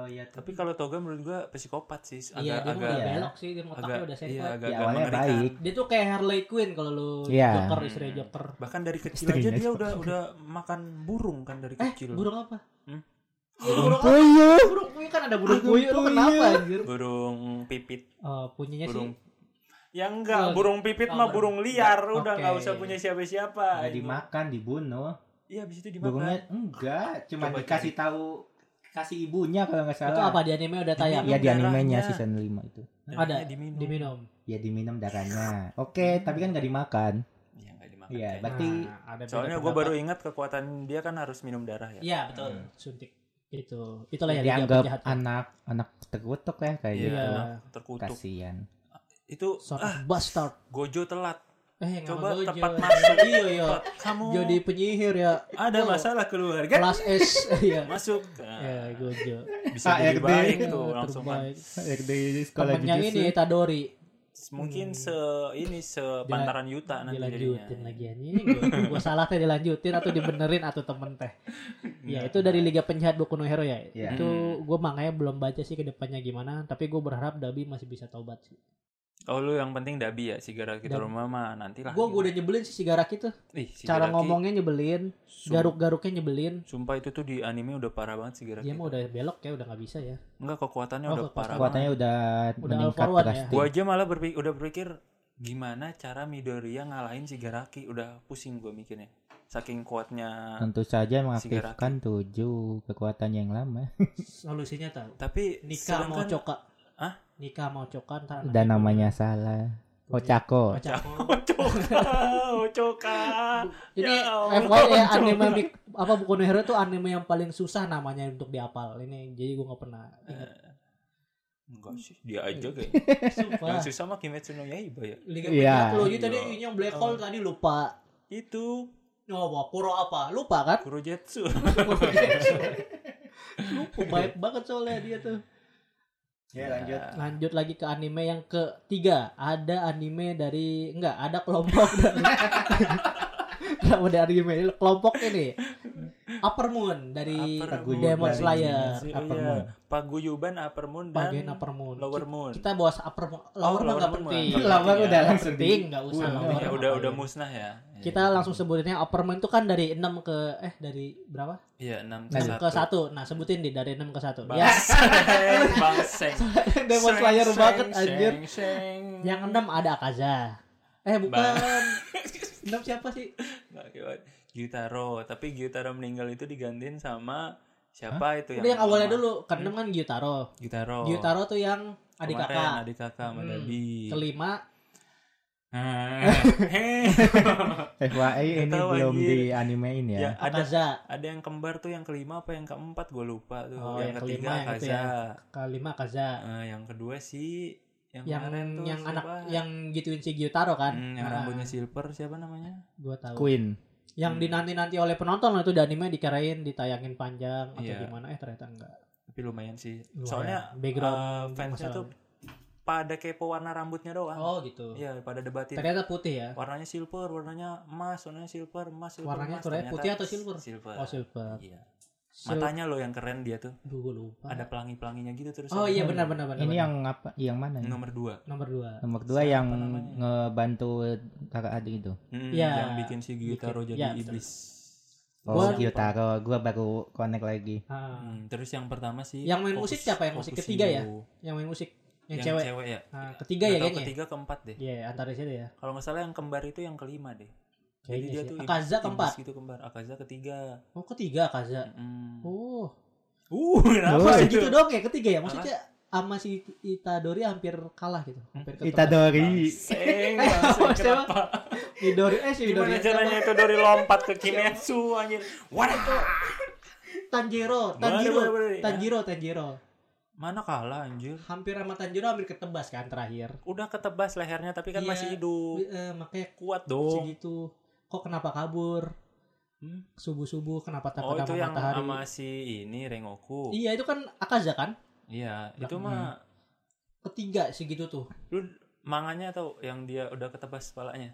Oh, iya, Tapi kalau Toga menurut gua psikopat sih, agak
iya dia
agak ya.
udah
iya.
belok sih dia otaknya
agak
udah
iya,
sehat
agak,
Ya,
agak
awalnya
mengerikan.
baik.
dia tuh kayak Harley Quinn kalau lu
Iya.
Joker istri Joker
Bahkan dari kecil
Istri
aja
Next
dia udah udah makan burung kan dari
iya, eh
kecil.
burung apa
Hmm?
burung apa?
Puyuh.
burung puyuh kan ada burung
Burung
puyuh lu kenapa
puyuh.
anjir
Burung pipit,
Eh, punyanya
burung
sih
Ya
Oh,
enggak, burung pipit
oh,
mah
burung-
burung liar,
Enggak,
udah enggak
oke.
usah punya
Iya,
siapa-siapa.
Nggak dimakan, dibunuh.
Iya, habis itu dimakan.
Burungnya enggak, cuma
Coba
dikasih tahu kasih ibunya kalau nggak salah
Itu apa di anime udah tayang?
ya di animenya
Darahnya.
season 5 itu
Ada
Darahnya Iya, diminum.
diminum.
ya diminum
[LAUGHS]
darahnya oke tapi kan nggak dimakan
Iya, nggak dimakan.
Iya,
kayaknya.
berarti
Nah, ada beda
Soalnya gue
pendapat.
baru ingat kekuatan dia kan harus minum darah ya.
Iya, betul. Suntik. Itu. Itulah yang
Hmm. dianggap
ya, jahat.
anak anak terkutuk ya kayak
Iya.
gitu
Terkutuk. [LAUGHS]
kasihan
Itu
Son of bastard.
Gojo telat.
Eh, nggak
Coba
mau gojo. [LAUGHS]
tepat masuk.
Iya, iya.
Tepat. Kamu
Jadi penyihir ya.
ada
Oh.
masalah keluarga.
Kelas S. [LAUGHS] Iya.
Masuk.
Ya,
Nah,
gojo.
bisa jadi
HRD.
baik tuh langsung kan.
Terbaik.
di
Temennya ini Itadori
Mungkin
Hmm.
se ini sepantaran Yuta nanti
dilanjutin
jadinya.
lagi anjing.
[LAUGHS]
Gua- Gua salah teh dilanjutin atau dibenerin atau temen teh. Ya itu dari Liga Penjahat Boku no Hero ya.
Iya.
Itu
Hmm.
gue makanya belum baca sih kedepannya gimana. Tapi gue berharap Dabi masih bisa taubat sih.
Oh lu yang penting dabi ya sigara kita
Dabi.
rumah mah nantilah.
Gue udah nyebelin sih Sigaraki tuh.
Ih, Nah, si
Cara
Garaki,
ngomongnya nyebelin,
sum-
garuk-garuknya nyebelin.
Sumpah itu tuh di anime udah parah banget sigara.
Dia mah udah belok ya, udah nggak bisa ya.
Enggak kekuatannya
Oh,
udah
kekuatan.
parah banget.
kekuatannya udah,
Udah
meningkat
all-for-one ya.
drastis
Gua aja malah berpikir udah berpikir gimana cara Midoriya ngalahin si Garaki. Udah pusing gua mikirnya. Saking kuatnya.
tentu saja mengaktifkan tujuh kekuatan yang lama
Solusinya tahu.
Tapi
Nikah mau
sedangkan-
coka.
Hah?
Nikah mau coka ntar anak
dan
ibu.
namanya salah Oh,
Oh.
Ochako
Ocako.
Ocoka, Ocoka.
Ini
Ya Allah,
[LAUGHS] FYI ya,
Ocoko.
anime mik- apa Boku no Hero itu anime yang paling susah namanya untuk dihafal. Ini jadi gue nggak pernah ingat.
Enggak sih, dia
Iya.
aja kayaknya.
[LAUGHS] Sumpah.
Yang susah mah Kimetsu no Yaiba ya.
Liga
Iya.
Penjahat lo jadi tadi
Iya.
ini yang Black Hole tadi lupa.
Itu
Oh, wah, Kuro apa? Lupa kan?
Kurojetsu.
[LAUGHS] Lupa baik banget soalnya dia tuh.
ya lanjut
Iya.
Lanjut lagi ke anime yang ketiga. Ada anime dari enggak, ada kelompok [LAUGHS] dari Kenapa dari anime ini? kelompok ini. Upper Moon dari
Upper
Moon
Demon
dari-
Slayer.
Si-
Upper
[LAUGHS] iya.
Moon.
Paguyuban Upper Moon dan
Bagian Upper Moon.
Lower Moon.
Kita bawa Upper Moon. Lower mah
Lower
enggak
Moon Oh, mah.
penting.
Iya. Lower udah
Nggak penting, enggak usah
Iya,
lower
Ya,
mah
udah
ngapain.
udah musnah ya.
Kita langsung sebutinnya Upper Moon itu kan dari 6 ke eh dari berapa?
Iya, 6
6 ke 1. Nah, sebutin di dari 6 ke 1. Ya,
[LAUGHS] Bangseng,
[LAUGHS]
bangseng.
Demon Slayer
Seng,
banget
seng,
anjir.
seng, seng.
Yang enam ada Akaza. Eh bukan. [LAUGHS] Enam siapa sih?
Oke, oke. Gyutaro, tapi Gyutaro meninggal itu digantiin sama siapa itu yang
Udah yang awalnya
lama?
dulu. Keenam kan Gyutaro.
Gyutaro.
Gyutaro tuh yang adik
Kemarin
kakak.
Adik kakak sama
Hmm.
Dabi.
Kelima
[LAUGHS]
[LAUGHS]
Heh.
FYI ini
Ketawa,
belum
anjir.
di animein
Iya.
ya,
ya, ada
Akaza.
ada yang kembar tuh yang kelima apa yang keempat gue lupa tuh.
Oh, yang
yang, ketiga
kelima yang itu
Kaza.
ya. Kelima Akaza.
Eh, yang kedua si yang,
Yang
kemarin tuh
yang
siapa?
anak yang gituin si Gyutaro kan.
Hmm, yang
Nah,
rambutnya silver siapa namanya?
gua tahu.
Queen
Yang
Hmm.
dinanti-nanti oleh penonton lah itu di anime dikirain ditayangin panjang atau
Iya.
gimana eh ternyata enggak.
Tapi lumayan sih.
Lumayan.
Soalnya
Background
eh, fansnya
masalah.
tuh pada kepo warna rambutnya doang.
Oh gitu.
Iya, pada debatin.
Ternyata putih ya.
Warnanya silver, warnanya emas, warnanya silver, emas, silver.
Warnanya
emas.
tuh ya,
Ternyata
putih atau silver?
Silver.
Oh silver.
Iya.
Sil-
Matanya loh yang keren dia tuh.
Duh, gua lupa.
Ada pelangi-pelanginya gitu terus.
Oh
ada
iya
Hmm.
benar benar benar.
ini
benar.
yang apa yang mana nih?
nomor dua.
nomor dua.
nomor dua
Siapa
yang
namanya?
ngebantu kakak adik itu
Hmm,
Iya.
Yang bikin si Gyutaro
Bikin.
jadi
Iya, betul.
iblis.
oh
Gua-
Gyutaro gua baru connect lagi
Ah.
Hmm, terus yang pertama sih
Yang main musik siapa yang musik? Ketiga ya?
Fokusio.
yang main musik yang,
Yang,
cewek,
cewek. ya.
Ah, ketiga
Nggak
ya
tahu
kayaknya
Ketiga keempat deh.
iya antara situ ya
Kalau nggak salah yang kembar itu yang kelima deh. Jadi
kayaknya
dia
sih
tuh iblis-
Akaza
iblis
keempat
gitu kembar. Akaza ketiga.
oh ketiga Akaza
Mm.
oh
Uh, kenapa
oh
itu?
gitu dong ya ketiga ya maksudnya sama si Itadori hampir kalah gitu hampir ketemu.
Hmm? Itadori
[LAUGHS]
Bangseng,
Eh,
bangseng,
apa, siapa?
kenapa?
Midori eh si Midori
Gimana caranya itu dari lompat ke Kimetsu anjir. Waduh.
Tanjiro
Boleh,
Tanjiro
boleh, boleh, ya.
Tanjiro Tanjiro
Mana kalah anjir.
hampir sama Tanjiro hampir ketebas kan terakhir
Udah ketebas lehernya tapi kan
Iya.
masih
Oh.
hidup.
Eh, makanya
Kuat dong.
segitu kok kenapa kabur
Hmm?
subuh subuh kenapa
Oh,
takut
itu
sama
yang
matahari
sama si ini Rengoku.
iya itu kan Akaza kan
Iya, itu
Hmm.
mah
ketiga segitu tuh
lu manganya atau yang dia udah ketebas kepalanya?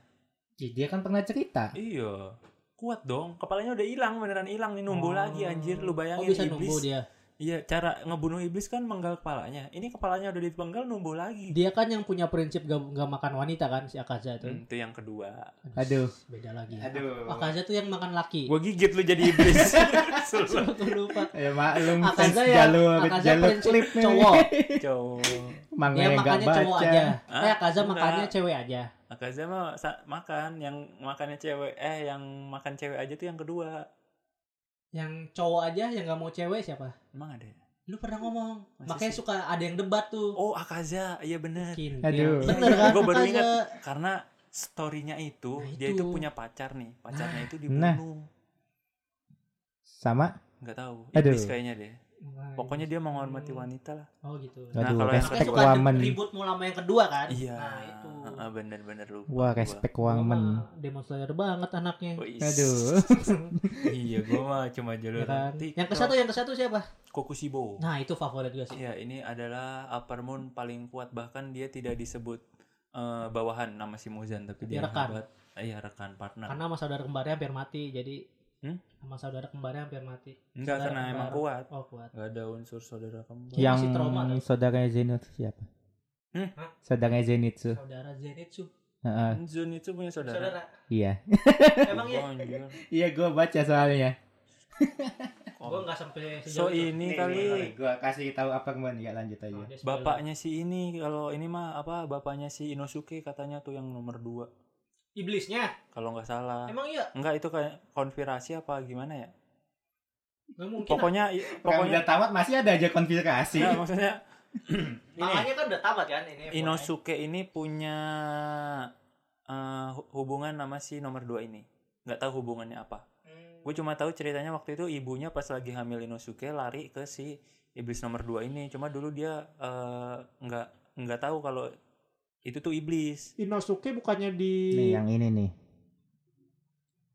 Ih, dia kan pernah cerita
Iya. Kuat dong. Kepalanya udah hilang, beneran hilang nih
Oh.
numbuh lagi anjir.
oh
Lu bayangin
bisa
iblis.
nunggu dia
Iya, cara ngebunuh iblis kan menggal kepalanya. Ini kepalanya udah dipenggal numbuh lagi.
dia kan yang punya prinsip gak, gak makan wanita kan si Akaza tuh
Hmm, itu yang kedua.
aduh
beda lagi
aduh
Akaza tuh yang makan laki [LAUGHS]
Gua gigit lu jadi iblis. Selalu
aku lupa
ya maklum fans
Akaza ya
jalur
Akaza
jalur
prinsip
klip nih
cowok
cowok.
mangga
dia
yang nggak
makannya cowok
baca
aja
Hah?
[LAUGHS] eh Akaza
Enggak.
makannya cewek aja
Akaza mah sa- makan yang makannya cewek eh yang makan cewek aja tuh yang kedua.
yang cowok aja yang nggak mau cewek siapa
Emang ada? ya?
lu pernah ngomong
Masa
makanya
sih?
suka ada yang debat tuh
Oh, Akaza. Iya bener.
Mungkin.
Aduh.
bener kan
Gua baru
Akaza?
ingat. Karena story-nya itu,
Nah,
dia itu
itu.
punya pacar nih. Pacarnya itu
Nah.
dibunuh.
Sama?
nggak tahu.
Aduh.
Iblis kayaknya deh.
Wah,
Pokoknya dia menghormati wanita lah.
oh gitu
Nah, kalau yang
Aduh,
makanya
respect
suka
woman.
ribut mulu sama yang kedua kan
Iya.
nah itu
Heeh, bener-bener lupa.
Wah,
gua.
respect
Gua mah
woman.
demonstrator banget anaknya Iya
Oh, is.
Aduh.
[LAUGHS] iya, gua mah cuma jalur
Ya kan?
TikTok.
yang ke satu yang ke satu siapa
Kokushibo.
nah itu favorit gue sih
Ya, ini adalah upper moon paling kuat bahkan dia tidak disebut eh, bawahan nama si Muzan tapi dia
Dia rekan.
hebat. Eh, Iya, rekan partner.
karena sama saudara kembarnya hampir mati jadi
Hmm?
sama saudara kembarnya hampir mati
Enggak
saudara
karena
kembar.
emang kuat.
oh kuat
Enggak ada unsur saudara kembar.
Iya.
Yang
masih trauma tuh.
saudaranya Zenitsu siapa?
Hmm?
Saudaranya Zenitsu.
saudara Zenitsu
Heeh,
Zun itu punya saudara. [LAUGHS]
saudara
iya.
emang ya
Oh, anjir.
Iya, gua baca soalnya.
gue nggak sampai
So
sejauh itu.
ini kali Nah,
gua kasih tahu apa kemarin ya
Oh,
lanjut aja.
dia spoiler.
bapaknya si ini kalau ini mah apa bapaknya si Inosuke katanya tuh yang nomor dua
iblisnya
kalau nggak salah
emang iya
enggak itu kayak konspirasi apa gimana ya
nggak mungkin lah.
pokoknya i-
Pokoknya
pokoknya Nah.
udah tamat masih ada aja konspirasi.
Nggak, maksudnya ini
makanya kan udah tamat kan ini
Inosuke ini punya eh, hu- hubungan sama si nomor dua ini nggak tahu hubungannya apa
Hmm.
gue cuma tahu ceritanya waktu itu ibunya pas lagi hamil Inosuke lari ke si iblis nomor dua ini cuma dulu dia eh, nggak nggak tahu kalau itu tuh iblis
Inosuke bukannya di
Nih yang ini nih.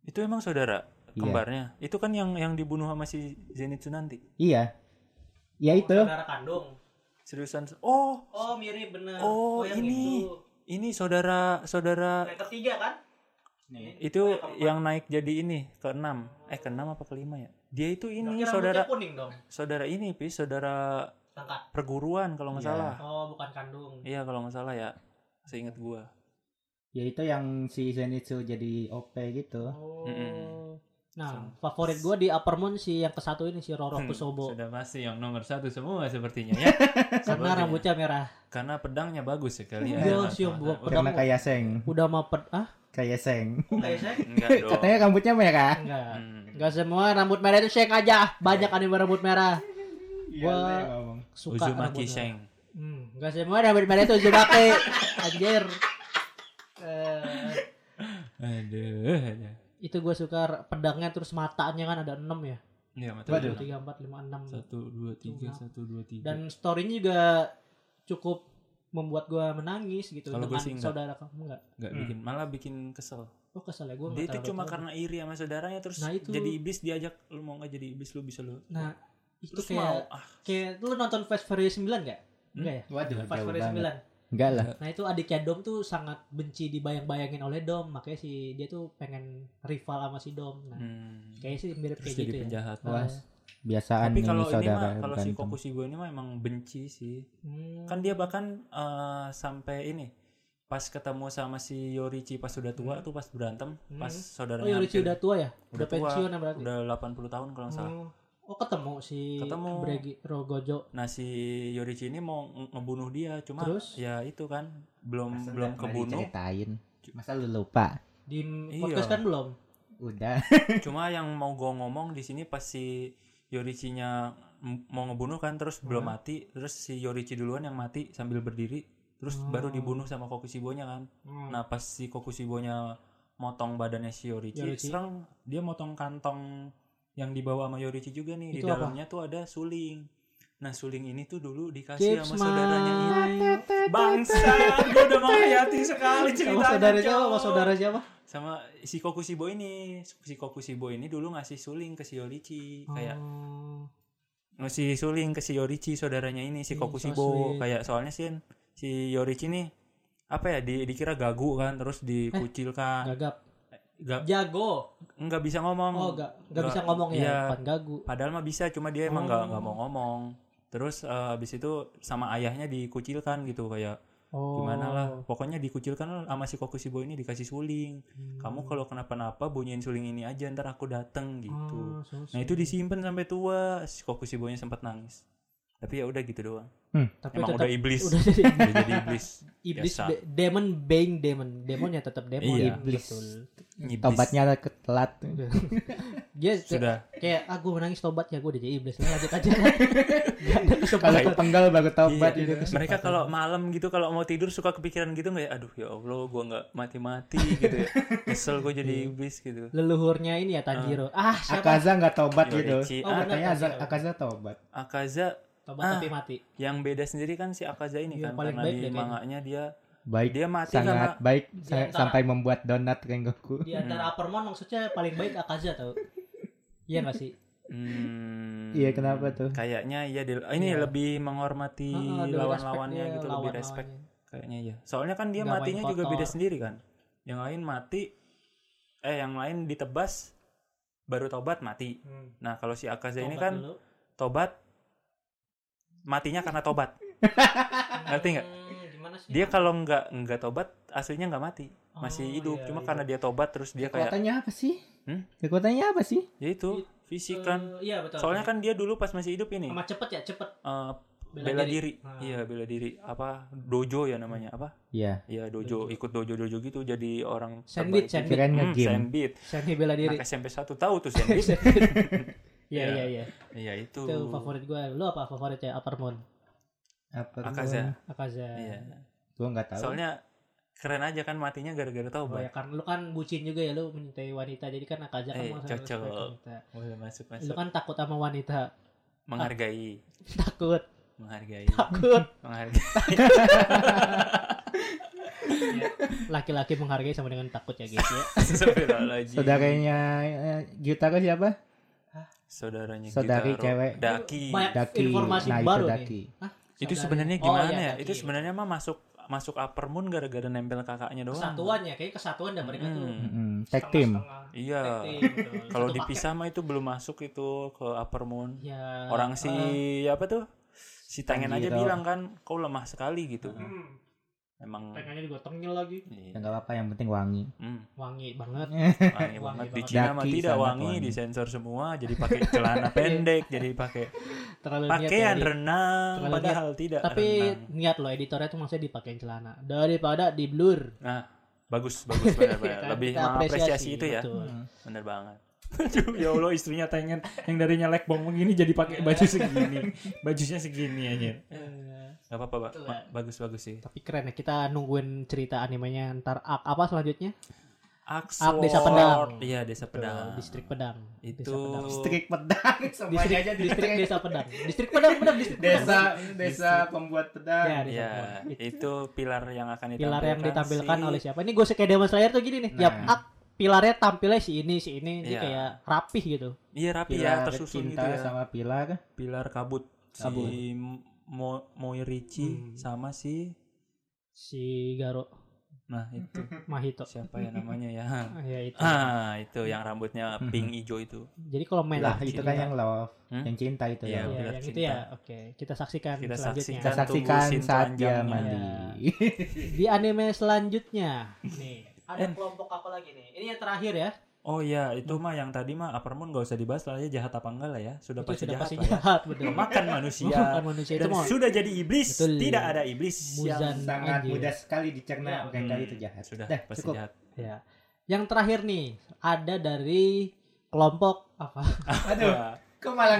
itu emang saudara
Iya.
kembarnya itu kan yang yang dibunuh sama si Zenitsu nanti Oh,
Iya. Ya itu.
saudara kandung
seriusan oh
oh mirip bener
Oh,
yang
ini.
itu.
ini saudara saudara
yang ketiga kan
itu
Oh, yang
yang naik jadi ini keenam eh keenam apa kelima ya dia itu ini
Ini
saudara
kuning dong,
saudara ini pi saudara
tangkat.
perguruan kalau nggak
Iya.
salah
Oh, bukan kandung.
iya kalau nggak salah ya seingat gua
Ya itu yang si Zenitsu jadi OP gitu.
Oh.
Mm-mm.
Nah, favorit gua di Upper Moon si yang ke satu ini si Roro
Hmm,
Kusobo.
sudah pasti yang nomor satu semua sepertinya
[LAUGHS]
ya
Karena
Sepertinya.
rambutnya merah.
karena pedangnya bagus ya sekali
Iya,
Ada
siap,
mata-mata.
gua pedang.
Karena kayak seng,
Udah mapet ah?
kayak seng.
Kayak saya? [LAUGHS]
enggak dong
Katanya rambutnya merah.
Enggak.
Hmm.
Enggak semua rambut merah itu shake aja. Banyak anime rambut merah.
Iya,
Wah.
saya ngomong.
Suka
Uzumaki
rambut merah.
Sheng
Hmm, enggak semua rambut merah itu
[LAUGHS]
Uzumaki. Anjir. Eh,
aduh aduh.
itu gua suka ra- pedangnya terus matanya kan ada 6 ya.
Iya, mata
Waduh.
pedang.
3 4 5 6.
satu dua tiga
Tuna.
satu dua tiga
dan story-nya juga cukup membuat gua menangis gitu
Kalau gua
dengan
sih enggak.
saudara kamu enggak
nggak
Hmm.
bikin malah bikin kesel
oh kesel ya gue
dia itu cuma karena iri sama saudaranya terus
Nah, itu.
jadi iblis diajak lu mau nggak jadi iblis lu bisa lu
nah itu
terus
kayak
mau Hmm? ah
kayak lu nonton Fast Furious 9 enggak enggak ya
Waduh,
Fast
jauh
Furious
banget.
9
Enggak lah.
nah itu adiknya Dom tuh sangat benci dibayang-bayangin oleh Dom makanya si dia tuh pengen rival sama si Dom nah
hmm.
kayaknya sih mirip
terus
kayak
jadi
gitu ya
penjahat
Nah,
Wah, Biasaan
tapi
nih
kalau ini
saudara.
mah kalau si
berantem.
Kokushibo ini mah emang benci sih
hmm.
kan dia bahkan eh, sampai ini pas ketemu sama si Yorichi pas sudah tua tuh pas berantem
Hmm.
pas saudaranya
oh ya
hampir-
udah tua ya
udah
udah,
tua,
pensiun ya berarti
udah 80 tahun kalau nggak salah
Hmm. oh ketemu si
Ketemu.
Bregi Rogojo
nah si Yorichi ini mau nge- ngebunuh dia cuma
Terus?
ya itu kan belum
Masa
belum
nggak pernah
kebunuh
diceritain? Masa lu lupa?
di
Iya.
podcast kan belum
[LAUGHS]
Udah.
Cuma yang mau gue ngomong di sini pas si Yorichinya m- mau ngebunuh kan terus belum
Hmm.
mati, terus si Yorichi duluan yang mati sambil berdiri, terus
Hmm.
baru dibunuh sama Kokushibonya kan.
Hmm.
Nah, pas si Kokushibonya motong badannya si Yorichi,
Yorichi.
serang dia motong kantong yang dibawa sama Yorichi juga nih. di
Itu apa?
dalamnya tuh ada suling. Nah, suling ini tuh dulu dikasih
Chips
sama ya, saudaranya Iya, ini.
Mike.
Bangsa, gue udah menghayati sekali
Sama
ceritanya.
saudara siapa? Sama
cowok
saudara siapa?
sama si Kokushibo ini si Kokushibo ini dulu ngasih suling ke si Yorichi kayak
Oh.
ngasih suling ke si Yorichi saudaranya ini
Ih,
si
so sweet.
Kokushibo kayak soalnya sih si Yorichi nih apa ya di- dikira gagu kan terus
Eh.
dikucilkan
gagap.
Ga-
Jago.
nggak bisa Nah. ngomong
Oh, enggak enggak bisa
Nggak-
ngomong ya,
iya.
bukan gagu.
padahal mah bisa cuma dia emang nggak
Oh.
nggak mau ngomong terus eh, abis itu sama ayahnya dikucilkan gitu kayak
Oh. Hmm.
gimana lah pokoknya dikucilkan lah sama si Kokushibo ini dikasih suling kamu kalau kenapa-napa bunyiin suling ini aja ntar aku
Hmm,
dateng
Oh,
Nah, gitu Nah itu disimpan sampai tua, si Kokushibonya sempat nangis. Tapi ya udah gitu doang.
Tapi
Emang
tetap
udah iblis.
udah
[LAUGHS]
jadi
Udah jadi
[LAUGHS]
iblis.
iblis
Biasa.
de- demon being demon. Demonnya tetap demon
Iya.
iblis. Betul.
Iblis.
Tobatnya
[LAUGHS]
telat.
Iya,
[LAUGHS] Dia te-
sudah
kayak ah gue menangis tobat ya gue udah jadi iblis. Nah, lanjut aja.
[LAUGHS]
Gak ada
Kalau
kesempatan.
penggal baru tobat
Iya.
gitu.
mereka kalau malam gitu kalau mau tidur suka kepikiran gitu nggak ya aduh ya allah gua nggak mati mati gitu
[LAUGHS]
ya kesel gue
Iya.
jadi iblis gitu
Leluhurnya ini ya Tanjiro. Ah
iya.
siapa?
Akaza nggak tobat gitu.
Yoichi,
Oh, benar.
A-
Katanya Akaza,
Akaza.
Akaza tobat.
akaza
Tobat
Ah.
tapi mati.
yang beda sendiri kan si akaza ini
Iya,
kan
paling
karena
baik
di
deh kayaknya.
manganya dia
Baik.
dia mati karena
sangat baik sa-
antara-
sampai membuat donat Rengoku.
Hmm.
Di Iya, antara Apermon maksudnya paling baik Akaza tau. Iya gak sih?
Hmm,
Iya, kenapa tuh?
Kayaknya ya di- ini
Iya.
lebih menghormati
Ah, ah, lebih
lawan-lawannya
respect dia,
gitu, lebih respect
lawan-lawannya.
kayaknya ya. Soalnya kan dia
Nggak main
matinya juga beda
kotor.
sendiri kan. Yang lain mati eh yang lain ditebas baru tobat mati.
Hmm.
Nah, kalau si Akaza ini
Tobat
kan
dulu.
tobat matinya karena tobat.
Iya.
Ngerti nggak?
Hmm, gimana sih?
Dia kalau nggak nggak tobat aslinya nggak mati, masih
Oh,
hidup.
iya,
Cuma
iya.
karena dia tobat terus dia kayak
Kekuatannya apa sih?
Hmm?
Kekuatannya apa sih?
ya itu fisik kan.
Eh, iya betul.
Soalnya kan dia dulu pas masih hidup ini
sama cepet ya cepet
eh,
bela,
bela
diri.
diri,
Ah.
iya bela diri apa dojo ya namanya apa
Iya.
ya dojo, ikut dojo dojo gitu jadi orang
Sandwich,
terbaik.
sandwich.
Kirain
hmm,
nge-game.
sandwich.
Seni bela diri.
anak SMP 1 tahu tuh
[LAUGHS]
sandwit
Iya
Iya.
iya iya.
iya itu
Itu favorit gue. Lu apa favoritnya? Aparmon.
Apa
Akaza.
Akaza.
iya
Gue nggak tahu.
soalnya keren aja kan matinya
Oh
gara-gara
ya
tobat
karena lu kan bucin juga ya lu mencintai wanita jadi kan Akaza kan
Eh,
mau sama-
cocok.
sama wanita.
Boleh masuk
Lu
masuk
kan takut sama wanita. [LAUGHS]
menghargai
Takut, [LAUGHS]
menghargai
takut.
menghargai
Laki-laki menghargai sama dengan takut ya guys ya.
[LAUGHS] Astagfirullahaladzim.
Iya. Saudaranya eh, Gyutaro siapa?
saudaranya
Saudari
Gitaro.
cewek.
Daki
Banyak
Daki.
informasi
nah,
baru
itu
nih.
Daki.
itu
Saudari-
sebenarnya
Oh,
gimana
iya,
ya itu
Daki.
sebenarnya mah masuk masuk upper moon gara-gara nempel kakaknya doang
Kesatuan ya, kayaknya kesatuan dah mereka tuh.
Mm-mm.
Mm-mm, Tag team.
iya [LAUGHS] Kalau dipisah mah itu belum masuk itu ke upper moon.
ya,
Orang si apa tuh? Si tangan aja
Tanjiro.
bilang kan kau lemah sekali gitu.
Hmm.
Emang iya.
pengennya digotongnya lagi
Ya nggak apa-apa yang penting wangi.
[LAUGHS]
Hmm,
wangi banget
wangi banget
banget.
Cucinya mah
Daki
tidak
sangat
wangi,
wangi.
disensor semua jadi pakai
[LAUGHS]
celana pendek, jadi pakai
terlalu niat
pakaian
ya, Di.
renang
Terlalu
padahal tidak
tapi
renang.
niat loh editornya tuh maksudnya dipakein celana daripada di blur
Nah, bagus
[LAUGHS]
bagus
Iya
benar benar.
kan?
Lebih
Kita apresiasi,
mengapresiasi itu ya.
betul.
Benar banget.
Aduh, ya Allah istrinya tangan yang darinya lek bongbong ini jadi
Iya.
pakai baju segini. Bajunya segini aja.
Eh,
Gak apa-apa, Pak.
Betul,
Ma- Bagus-bagus sih.
tapi keren ya kita nungguin cerita animenya ntar ak apa selanjutnya
Aksor.
Desa Pedang.
Iya, Desa Pedang. Iya,
distrik pedang
Itu
Desa pedang.
Strik pedang. [LAUGHS]
distrik,
Semuanya aja di
distrik desa pedang distrik pedang benar distrik pedang.
desa desa pembuat pedang.
ya, desa
Ya,
pedang.
itu pilar yang akan ditampilkan.
pilar yang ditampilkan
kan si-
oleh siapa ini gue kayak Demon Slayer tuh gini nih tiap
Nah.
ak pilarnya tampilnya si ini si ini jadi
Iya.
kayak rapih gitu
Iya rapi
Pilar
ya, tersusun
cinta
gitu ya.
sama Iya. pilar.
Pilar kabut si
Kabut.
Mo
Hmm.
Moirichi sama si
si Garo
nah itu
Mahito
siapa ya namanya
[LAUGHS]
ya.
Ah, ya itu
Ah, itu yang rambutnya
Hmm.
pink hijau itu.
jadi kalau main
Lah
Pilar
itu
cinta.
kan yang love,
Iya, Hmm?
yang cinta itu
Iya,
Ya,
ya.
Pilar
yang
cinta.
itu ya oke kita saksikan
Kita
selanjutnya
saksikan.
Kita
Tunggu
saksikan
scene
saat dia
telanjangnya. Iya.
mandi.
di anime selanjutnya nih ada
Eh.
kelompok apa lagi nih ini yang terakhir ya
Oh iya, itu mah yang tadi mah Upper Moon gak usah dibahas lah ya jahat apa enggak lah ya. Sudah
itu
pasti
sudah
jahat,
pasti
lah ya.
jahat betul [LAUGHS]
Memakan manusia.
Bukan manusia itu
Dan
mau
sudah jadi iblis,
Betul.
tidak ada iblis
Muzan.
yang Hmm,
Sangat
Anjir.
mudah sekali
Iya,
dicerna
betul.
orang kali itu jahat.
sudah
Dah,
pasti
cukup.
[LAUGHS]
jahat.
ya yang terakhir nih ada dari kelompok apa
Aduh, kok malah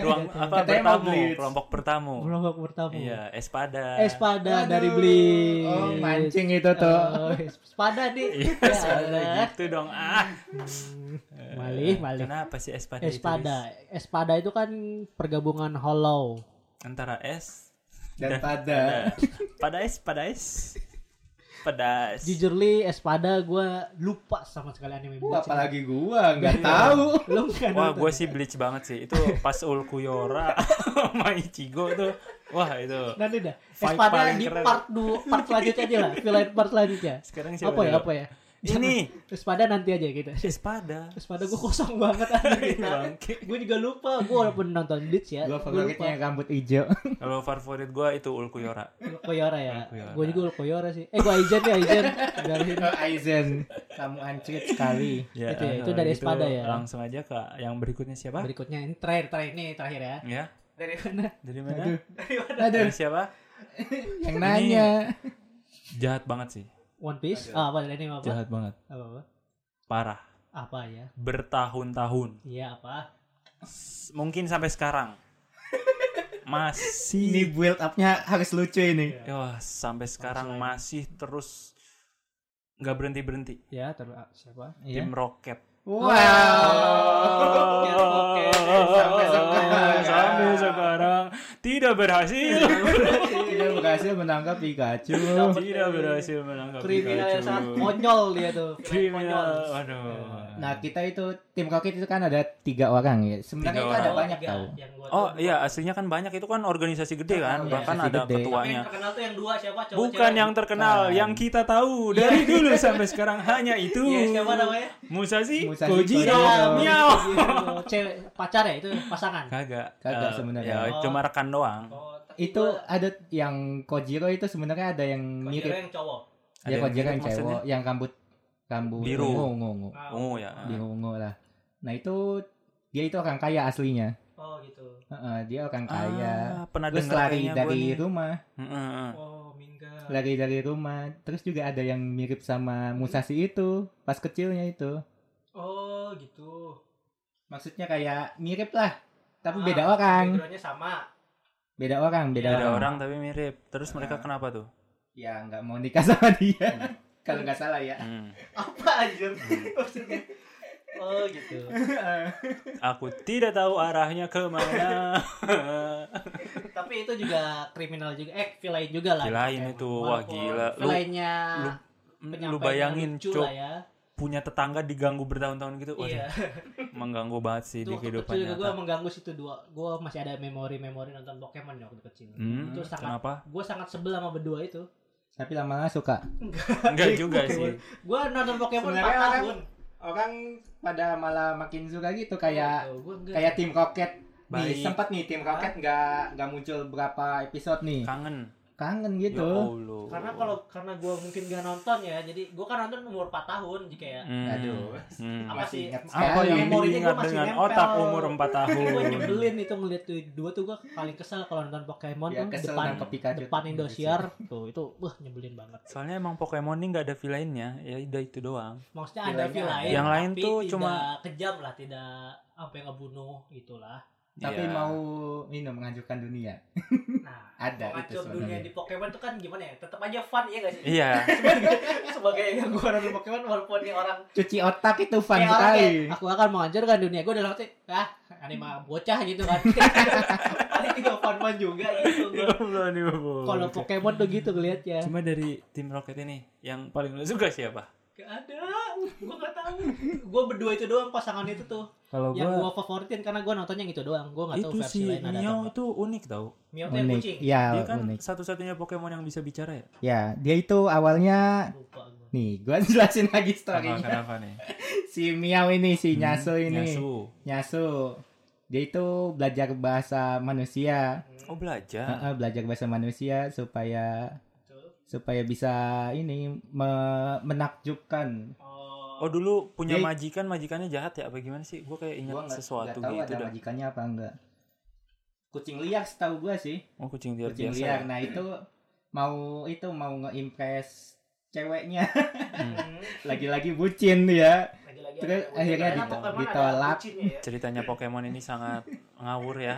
Iya. Ruang apa
Katanya mau
bertamu,
blitz.
kelompok bertamu.
kelompok bertamu
Iya, espada.
Espada
Aduh,
dari beli Oh, eh,
Oh, mancing itu tuh.
Espada nih
[LAUGHS]
[LAUGHS]
Iya, espada
Eh,
gitu dong. Ah.
Hmm, malih malih
Kenapa sih espada
Eh,
itu?
Espada. Espada itu kan pergabungan hollow.
Riz? Antara es [LAUGHS]
Dan pada
pada es, pada es. Pedas.
Jujurly Espada eh, gua lupa sama sekali anime
Iya.
Wah,
Bleach.
apalagi gua nggak tahu.
Lu kan
Wah,
nonton.
gue sih bleach banget sih. Itu pas Ulkuyora [LAUGHS] sama Ichigo tuh. Wah, itu.
Nanti dah.
Fight
Espada
paling
Eh, di
keren.
part 2, part selanjutnya aja lah. Villain part selanjutnya.
Sekarang siapa?
Apa ya,
dulu?
apa ya?
Ini
Espada nanti aja gitu.
espada.
Espada gua kosong
[LAUGHS]
banget aja.
Bangke.
gue juga lupa, gue walaupun nonton Bleach ya.
Gua
gua
favoritnya yang rambut [LAUGHS] hijau.
Kalau favorit gue itu Ulkuyora.
Koyora ya.
Koyora.
Gue juga Koyora sih. Eh, gue Aizen ya, Aizen. Dari
Oh, Aizen, kamu ancrit sekali.
Itu ya, itu dari
kalau
espada ya.
Langsung aja ke yang berikutnya siapa?
berikutnya ini terakhir, terakhir nih terakhir ya.
Ya.
Dari mana?
Dari
Aduh,
mana?
Dari mana?
aduh,
Dari siapa? Ini-
yang nanya.
Jahat banget sih.
One Piece?
Aduh.
Ah, apa ini apa?
Jahat banget.
Apa apa?
Parah.
Apa ya?
Bertahun-tahun.
Iya apa?
S- Mungkin sampai sekarang. Masih
Ini build upnya harus lucu ini.
Wah, sampai sekarang masih terus nggak berhenti berhenti.
Ya terus ah, siapa?
Iya.
Tim Rocket.
Wow.
Tim Rocket.
Sampai sekarang.
Sampai sekarang tidak berhasil.
Tidak berhasil menangkap Pikachu.
tidak berhasil menangkap
Kriminal yang
Pikachu.
sangat konyol dia tuh.
Kriminal.
Konyol.
Waduh.
Nah kita itu tim Rocket itu kan ada tiga orang ya. Sebenarnya
Tiga
itu ada
orang.
banyak
Tiga
tahu.
yang gua
Oh
tahu.
iya aslinya kan banyak itu kan organisasi gede kan
Iya,
bahkan
organisasi
ada
gede.
Tapi
ketuanya. Nah.
yang terkenal tuh yang dua siapa? Cowok
Bukan
cewek?
yang terkenal,
Bukan.
yang kita tahu
Iya.
dari dulu sampai sekarang hanya itu.
Iya, siapa namanya?
Musashi,
Musashi,
Kojiro,
Kojiro.
Miao.
Iya, cewek pacar ya itu pasangan.
Kagak.
Kagak
Eh,
sebenarnya.
ya, cuma rekan doang.
Oh, tapi
Itu
gua-
ada yang Kojiro itu sebenarnya ada yang
Kojiro
mirip.
yang cowok.
Dia
Ada yang
Iya, Kojiro
mirip
yang
maksudnya?
cewek, yang rambut rambut
Biru.
ungu, ungu, ungu.
Ah,
Oh ya.
Biru ungu lah. Nah itu dia itu orang kaya aslinya.
Oh gitu.
Heeh, dia orang kaya.
Ah, pernah
Terus
dengar
lari
kayaknya gua
dari
nih.
rumah,
Heeh, heeh.
Oh mingga.
lari dari rumah. Terus juga ada yang mirip sama Musashi itu pas kecilnya itu.
Oh gitu.
Maksudnya kayak mirip lah,
Ah,
tapi Kan beda orang,
Backgroundnya sama. [LAUGHS]
beda orang, beda
Ada
Ah.
orang.
orang tapi mirip. Terus mereka
Ah.
kenapa tuh?
Ya nggak mau nikah sama dia, [LAUGHS] kalau nggak salah [LAUGHS] ya.
Hmm.
Apa anjir? Maksudnya? Oh gitu.
Aku tidak tahu arahnya
[LAUGHS]
kemana.
Tapi itu juga kriminal juga. Eh, villain juga lah.
Villain itu, wah, gila. Lu-
Villainnya
lu- Lu
penyampaiannya
bayangin,
lucu
Cuk,
lah ya.
punya tetangga diganggu bertahun-tahun gitu. Waduh,
Iya.
[LAUGHS] mengganggu banget sih
Itu
di
waktu
kehidupan
kecil juga gue
nyata.
mengganggu situ dua. Gue masih ada memori-memori nonton Pokemon ya waktu kecil.
Hmm,
Itu sangat [LAUGHS]
kenapa?
gue sangat sebel sama berdua itu.
Tapi lama-lama suka.
Enggak juga
Gitu.
sih.
Gue nonton Pokemon 4
Sebenarnya kan
tahun.
Orang pada malah makin suka gitu kayak
Gitu, gua enggak.
kayak tim Rocket. Nih
Baik.
sempat nih tim Rocket nggak nggak muncul berapa episode nih.
Kangen.
Kangen
Ya
gitu.
Allah.
karena kalau karena gue mungkin gak nonton ya. Jadi gue kan nonton umur 4 tahun jadi kayak
Hmm.
Aduh.
Hmm.
Apa sih?
Masih ingat
Apa
sekali. Iya,
yang
memorinya gua
diingat
masih
dengan
nempel.
otak umur
[LAUGHS]
4 tahun?
gue nyebelin itu ngeliat tuh dua tuh gue paling kesel kalau nonton Pokemon
Ya,
tuh
kesel
depan
nangkep gitu Pikachu.
depan Indosiar tuh itu wah nyebelin banget
Soalnya emang Pokemon ini nggak ada villainnya, ya udah itu doang.
maksudnya ada
Villainnya
villain
ada. Yang lain
tapi
tuh
tidak
cuma-
kejam lah tidak sampai ngebunuh gitulah
Tapi
Iya.
mau ini menghancurkan dunia.
nah
Ada
mengacur
itu
dunia
sebenarnya.
di Pokemon tuh kan gimana ya tetap aja fun ya gak sih
Iya.
sebagai yang gue nonton Pokemon walaupun nih orang
Cuci otak itu fun
kayak orang
sekali.
kayak, aku akan menghancurkan dunia gue dalam hati ah anime bocah gitu [LAUGHS] kan paling tidak fun-fun juga gitu gua. kalau Pokemon tuh gitu ngeliatnya
Cuma dari tim Rocket ini yang paling lu suka siapa?
Gak ada, gue gak tahu. gue berdua itu doang pasangan itu tuh.
Kalau
yang gue favoritin karena gue nontonnya yang Oh, itu Oh, doang. Gue gak tahu
itu
versi
sih
lain ada
Miao
atau enggak.
itu unik tau.
Mio tuh yang
Unik.
kucing. Iya
Ya,
Dia kan
unik.
satu-satunya Pokemon yang bisa bicara ya.
Ya, dia itu awalnya
Lupa gue.
nih, gua [LAUGHS] jelasin lagi
Kenapa,
story-nya.
kenapa
[LAUGHS]
nih?
Si Miao ini, si Nyasu
Hmm,
ini.
Nyasu.
Nyasu. Dia itu belajar bahasa manusia.
Oh belajar.
Heeh, belajar bahasa manusia supaya
Tuh.
supaya bisa ini me- menakjubkan.
Oh,
Oh dulu punya
Dia-
majikan, majikannya jahat ya? Apa gimana sih? Gue kayak ingat
Gua nggak-
sesuatu
nggak tahu
gitu
ada
dah.
majikannya apa enggak. Kucing liar setahu gua sih.
Oh kucing liar
Kucing
biasa.
liar. Nah, itu mau itu mau ngeimpress ceweknya. [LAUGHS]
Hmm.
Hmm.
Lagi-lagi bucin ya. dia.
Lagi-lagi
Terus
ada kucing.
akhirnya
Karena
ditol-
Pokemon ada
ditolak.
[LAUGHS] kucingnya ya.
Ceritanya Pokemon ini sangat ngawur
[LAUGHS]
ya.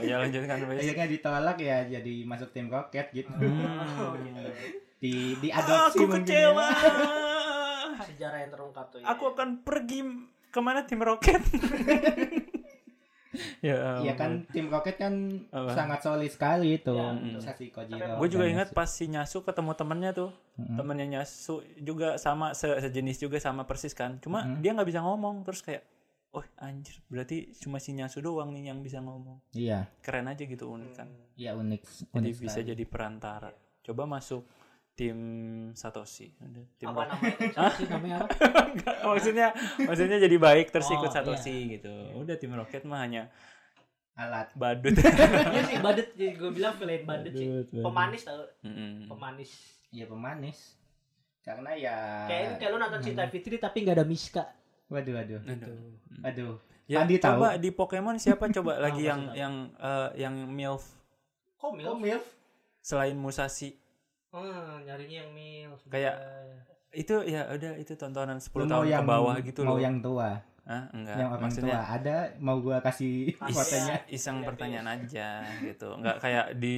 ya lanjutkan Wes.
Akhirnya ditolak ya jadi masuk tim Rocket gitu.
Oh,
Hmm. Ah,
gitu.
[LAUGHS]
Di diadopsi
Aku
mungkin
kecewa.
ya.
[LAUGHS]
Sejarah yang terungkap tuh. ya.
Aku akan pergi kemana tim Rocket? [LAUGHS] ya,
Iya kan tim Rocket kan
Apa?
sangat solid sekali itu. Hmm.
Ya,
betul.
Sasi Kojiro.
Gue juga
dan Hmm.
ingat
Nyasu.
pas si Nyasu ketemu temennya tuh.
Mm-mm.
Temennya Nyasu juga sama se- sejenis juga sama persis kan. Cuma
Mm.
dia nggak bisa ngomong terus kayak Oh anjir, berarti cuma si Nyasu doang nih yang bisa ngomong.
Iya,
Keren aja gitu unik kan.
Hmm.
iya
Jadi
unik. unik
bisa
sekali.
jadi perantara. Coba masuk tim Satoshi. Ada, Tim
Apa
Rocket. [LAUGHS]
namanya?
Hah?
Sih, namanya apa?
Nggak, maksudnya maksudnya jadi baik terus
Oh,
ikut
iya.
Satoshi gitu. Udah tim Rocket mah hanya [LAUGHS]
alat.
badut.
Iya sih, badet. Gue bilang villain badet sih.
Badut, badut.
Pemanis tau.
Mm-mm.
Pemanis.
Iya pemanis. Karena ya Hmm. Ah,
Kayak kayak lu nonton Cinta Fitri tapi gak ada Miska.
Waduh, waduh.
Aduh.
Waduh.
Ya,
Andi gitu. Eh, tahu.
coba di Pokemon siapa
[LAUGHS]
coba lagi
Tahu,
yang
pasti tahu.
yang eh, yang milf
Kok
Kok
milf?
Oh, milf?
selain Musashi
Hmm, nyarinya yang milf.
Kayak-
Nah.
itu ya udah itu tontonan 10
Lu
tahun
mau yang
ke bawah gitu
Mau
loh.
yang tua,
Hah? enggak.
yang orang
Maksudnya
tua. Ada mau gua kasih
Is-
fotonya. Iya,
is- iseng
Kreatif.
pertanyaan aja gitu. Enggak kayak di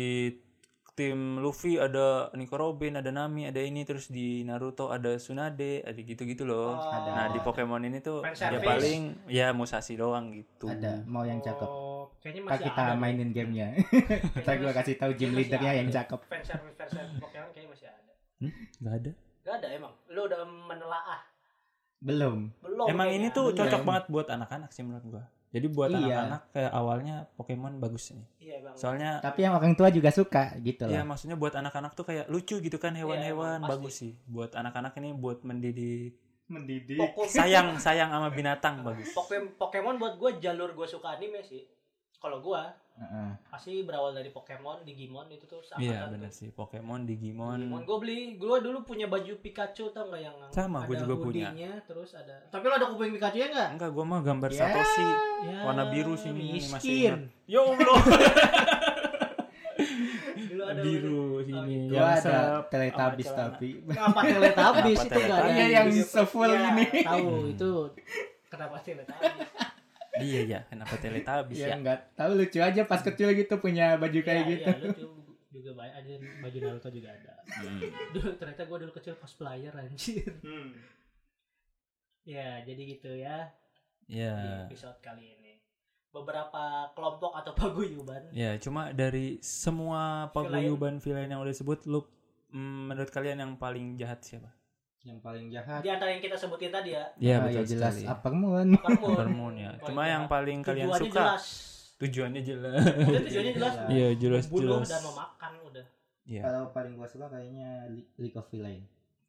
tim Luffy ada Nico Robin, ada Nami, ada ini terus di Naruto ada Tsunade, ada gitu-gitu
Oh,
loh.
Oh, Ada.
Nah, di Pokemon ini tuh
Fan
ya
service.
paling ya Musashi doang gitu.
Ada mau yang cakep.
Oh, kayaknya
Ntar
masih
kita
ada.
mainin
[LAUGHS]
gamenya.
Kayaknya
Ntar gua
masih-
kasih tahu gym
Kayaknya masih
leadernya
ada.
yang cakep.
Fanservice fanservice Pokemon kayaknya masih ada.
Enggak ada.
Gak ada emang. Lu udah menelaah.
Belum.
Belum.
Emang
kayaknya. Iya,
ini tuh
Belum.
cocok banget buat anak-anak sih menurut gua. Jadi buat
Iya.
anak-anak kayak awalnya Pokemon bagus nih.
Iya, Bang.
Soalnya
Tapi yang orang tua juga suka gitu
Ya
loh.
maksudnya buat anak-anak tuh kayak lucu gitu kan hewan-hewan
emang, pasti.
bagus sih buat anak-anak ini buat mendidik
Mendidik.
Pokemon
sayang sayang sama binatang bagus.
Pokemon, Pokemon buat gue jalur gue suka anime sih. Kalau gue pasti berawal dari Pokemon, Digimon itu tuh seangkatan
Iya
tuh.
benar sih Pokemon
Digimon
Digimon.
gue beli, gue dulu punya baju Pikachu tau nggak yang
Sama, gua
ada
juga
hoodie-nya, terus ada. Tapi lo ada kuping Pikachu nya nggak?
Enggak gua mah gambar
Ya.
Satoshi.
Ya,
Hmm, Warna biru sih ini, ini masih ingat.
miskin.
Ya Allah.
Dulu ada
Biru
Oh,
ini.
Gua
yang
ada
se-
teletabis
sama celana.
[LAUGHS] tapi.
Kenapa teletabis
Kenapa
itu nggak ada?
Iya, yang sefull
Ya,
ini.
Tahu itu kenapa teletabis?
Iya ya kenapa teletabis ya?
Ya enggak tahu lucu aja pas kecil gitu punya baju
Iya,
kayak gitu.
Iya, lu tuh juga banyak ada baju Naruto juga ada.
Hmm.
Dulu ternyata gue dulu kecil cosplayer [LAUGHS] anjir.
Hmm.
Ya, jadi gitu ya
Ya.
di episode kali ini. Beberapa kelompok atau paguyuban.
Ya cuma dari semua paguyuban villain yang udah disebut lu mm, menurut kalian yang paling jahat siapa?
Yang paling
Ya.
jahat.
Di antara yang kita sebutin tadi ya,
Iya
Ah, ya jelas Iya. Uppermoon.
Purple
Sailor Moon ya. Cuma yang paling kalian
tujuannya
suka
jelas.
tujuannya jelas.
Maksudnya tujuannya jelas.
Iya.
Iya jelas
Bunuh
jelas.
dan memakan udah.
Iya.
Kalau paling gua suka kayaknya Le- League of Villains.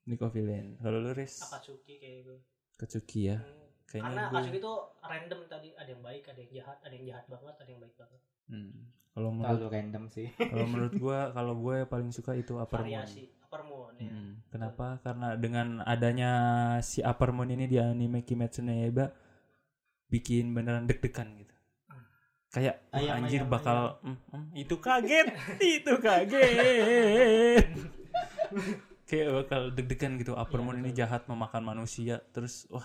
Nico Villain. Kalau lu Riz,
Akatsuki kayak gitu.
Katsuki ya.
Hmm. Karena
Kayaknya
Akatsuki
gue.
itu random tadi, ada yang baik, ada yang jahat, ada yang jahat banget, ada yang baik banget.
Hmm. Kalau menurut
Terlalu random sih.
kalau menurut gua kalau gue paling suka itu Upper Moon.
Variasi, upper moon ya.
Mm-mm. Hmm. Kenapa? Karena dengan adanya si Upper Moon ini di anime Kimetsu no Yaiba bikin beneran deg-degan gitu. Kayak wah,
Ayam,
anjir
ayam,
bakal mm, mm, itu kaget, [LAUGHS] itu kaget. [LAUGHS] Kayak bakal deg-degan gitu. Upper
Iya,
Moon ini jahat memakan manusia terus wah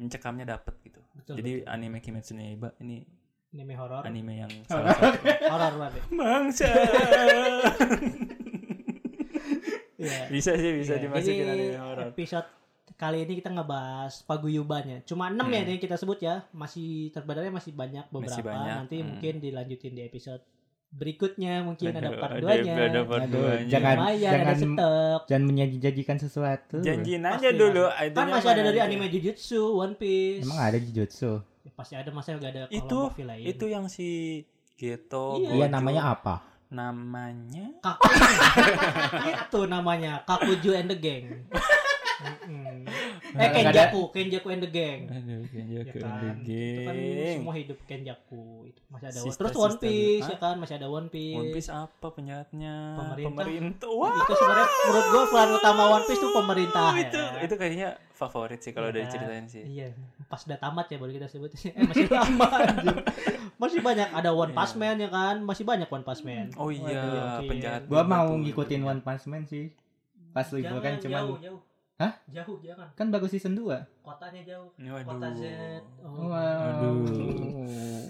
mencekamnya dapet gitu.
Betul,
Jadi anime Kimetsu no Yaiba ini
anime horor.
anime
[LAUGHS]
yang salah satu
Horor banget. ya.
bangsa.
Iya.
[LAUGHS] bisa sih [LAUGHS] bisa
Iya.
Jadi
dimasukin anime horor.
episode kali ini kita ngebahas paguyubannya. Cuma 6 ya
Hmm.
yang kita sebut ya. Masih terbadarnya masih banyak beberapa.
Masih banyak,
Nanti
hmm.
mungkin dilanjutin di episode berikutnya mungkin
[LAUGHS]
ada part
Ada-
2-nya.
ada part
Aduh,
duanya.
jangan-
Lumayan ada
jangan-
stok.
Jangan menjanjikan sesuatu.
janjiin
Pasti
aja dulu
ada.
itunya
Kan masih ada
mana
dari
aja.
anime Jujutsu, One Piece.
Emang ada Jujutsu?
Ya, pasti ada masa yang gak ada
Itu-
kelompok villain.
itu yang si Geto
Iya.
Gojo.
Iya namanya apa?
namanya
Kaku. [LAUGHS] itu namanya Kakuju and the Gang. Mm-mm. eh
Nggak ada-
Kenjaku, Kenjaku and the Gang.
aduh kayaknya
ya
ke
kan itu kan semua hidup Kenjaku itu masih ada
Sister-
terus One
sister-
Piece ya
Hah?
kan masih ada One Piece,
One Piece apa penjahatnya
Pemerintah.
pemerintah wah
itu sebenarnya menurut gua peran utama One Piece tuh pemerintah ya.
itu itu kayaknya favorit sih kalau
Iya
udah
kan?
diceritain sih
iya pas udah tamat ya baru kita sebut [LAUGHS] eh masih lama anjir. masih banyak ada One Punch Man ya kan masih banyak One Punch Man
oh iya
Waduh, oke.
penjahat
Gua
juga
mau
tuh.
ngikutin One Punch Man sih. Pas
jangan
liburan kan? cuman
jauh jauh
Hah?
jauh jangan
kan bagus season 2.
kotanya jauh kota Z Oh.
waduh
Wow.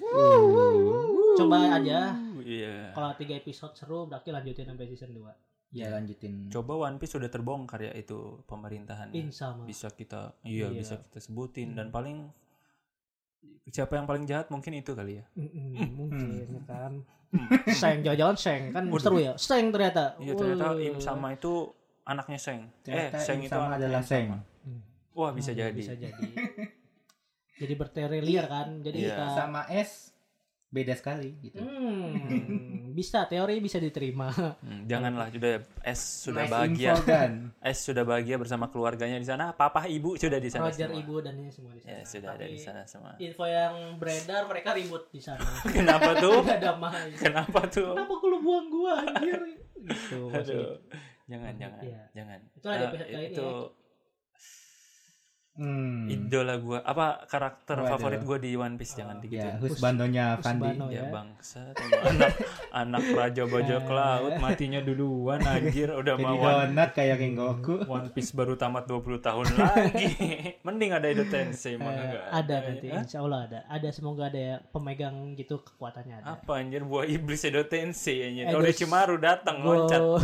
coba aja
iya
kalau tiga episode seru berarti lanjutin sampai season
Nah.
2
Ya lanjutin.
coba One Piece sudah terbongkar ya itu pemerintahan
insya Allah
bisa kita iya,
Iya.
bisa kita sebutin dan paling siapa yang paling jahat mungkin itu kali ya
Mm-mm, mungkin ya kan
Hmm.
seng jangan-jangan seng kan seru ya seng ternyata
iya ternyata
Wuh.
Im sama itu anaknya Seng eh
Ternyata
Seng
Im
itu
sama Iya,
anaknya
adalah
Im
Seng.
sama. wah bisa
Aduh,
jadi
Hmm. bisa jadi jadi berterilir kan jadi
Iya.
kita
Sama S beda sekali gitu.
Hmm, bisa teori bisa diterima
Hmm, janganlah sudah S sudah
Nice
bahagia
info,
[LAUGHS]
Gan.
S sudah bahagia bersama keluarganya di sana papa ibu sudah di sana
Roger
semua.
ibu dan ini semua di sana
ya sudah ada di
Tapi
sana semua
info yang beredar mereka ribut di sana
kenapa tuh
Tidak damai
[LAUGHS] kenapa tuh
kenapa kau lu buang gua anjir gitu maksudnya
Aduh. jangan Eh, jangan
Iya.
jangan
Itulah di
Eh,
episode kali ini
itu
Hmm.
idola gua apa karakter
Waduh.
favorit gua di One Piece jangan gitu
Ya, husbandonya Fandi.
Husbando. ya.
ya bangsa anak anak raja bajak laut matinya duluan anjir udah
Jadi
mau One,
donat kayak Kengoku.
One Piece baru tamat 20 tahun lagi mending ada Edo Tensei
Eh,
mana nggak
ada nanti,
Hah?
insya Allah ada. Ada semoga ada ya pemegang gitu kekuatannya ada.
apa anjir buah iblis Edo Tensei anjir
Edo-
udah Cimaru datang loncat
Gua-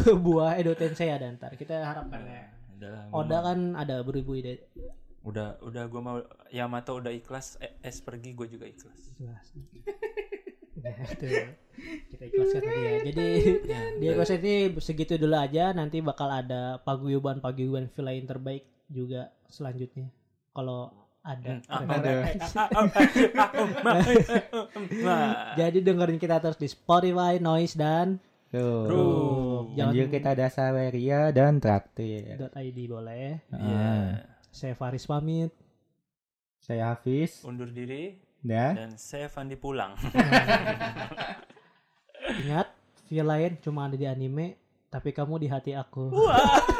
[LAUGHS] buah Edo Tensei ada ntar. Kita harapkan ya.
udah, lah, gua
Oda
mau-
kan ada beribu ide.
udah udah gua mau Yamato udah ikhlas eh, es pergi gua juga ikhlas
Jelas. Nah, itu. Kita ikhlaskan tadi ya. Jadi di
udah.
episode ini segitu dulu aja. Nanti bakal ada paguyuban-paguyuban villa yang terbaik juga selanjutnya. Kalau ada.
Hmm, ah,
Ada.
nah,
[LAUGHS] Jadi dengerin kita terus di Spotify, Noise dan
Tuh.
Tuh.
Dan
Jangan-
juga kita ada Saweria dan
Ya.
Traktir. Ah.
.id boleh.
Iya.
Saya Faris pamit.
Saya Hafiz.
undur diri
Dan
dan saya Fandi pulang.
Ingat, villa lain cuma ada di anime, tapi kamu di hati aku.
Wah.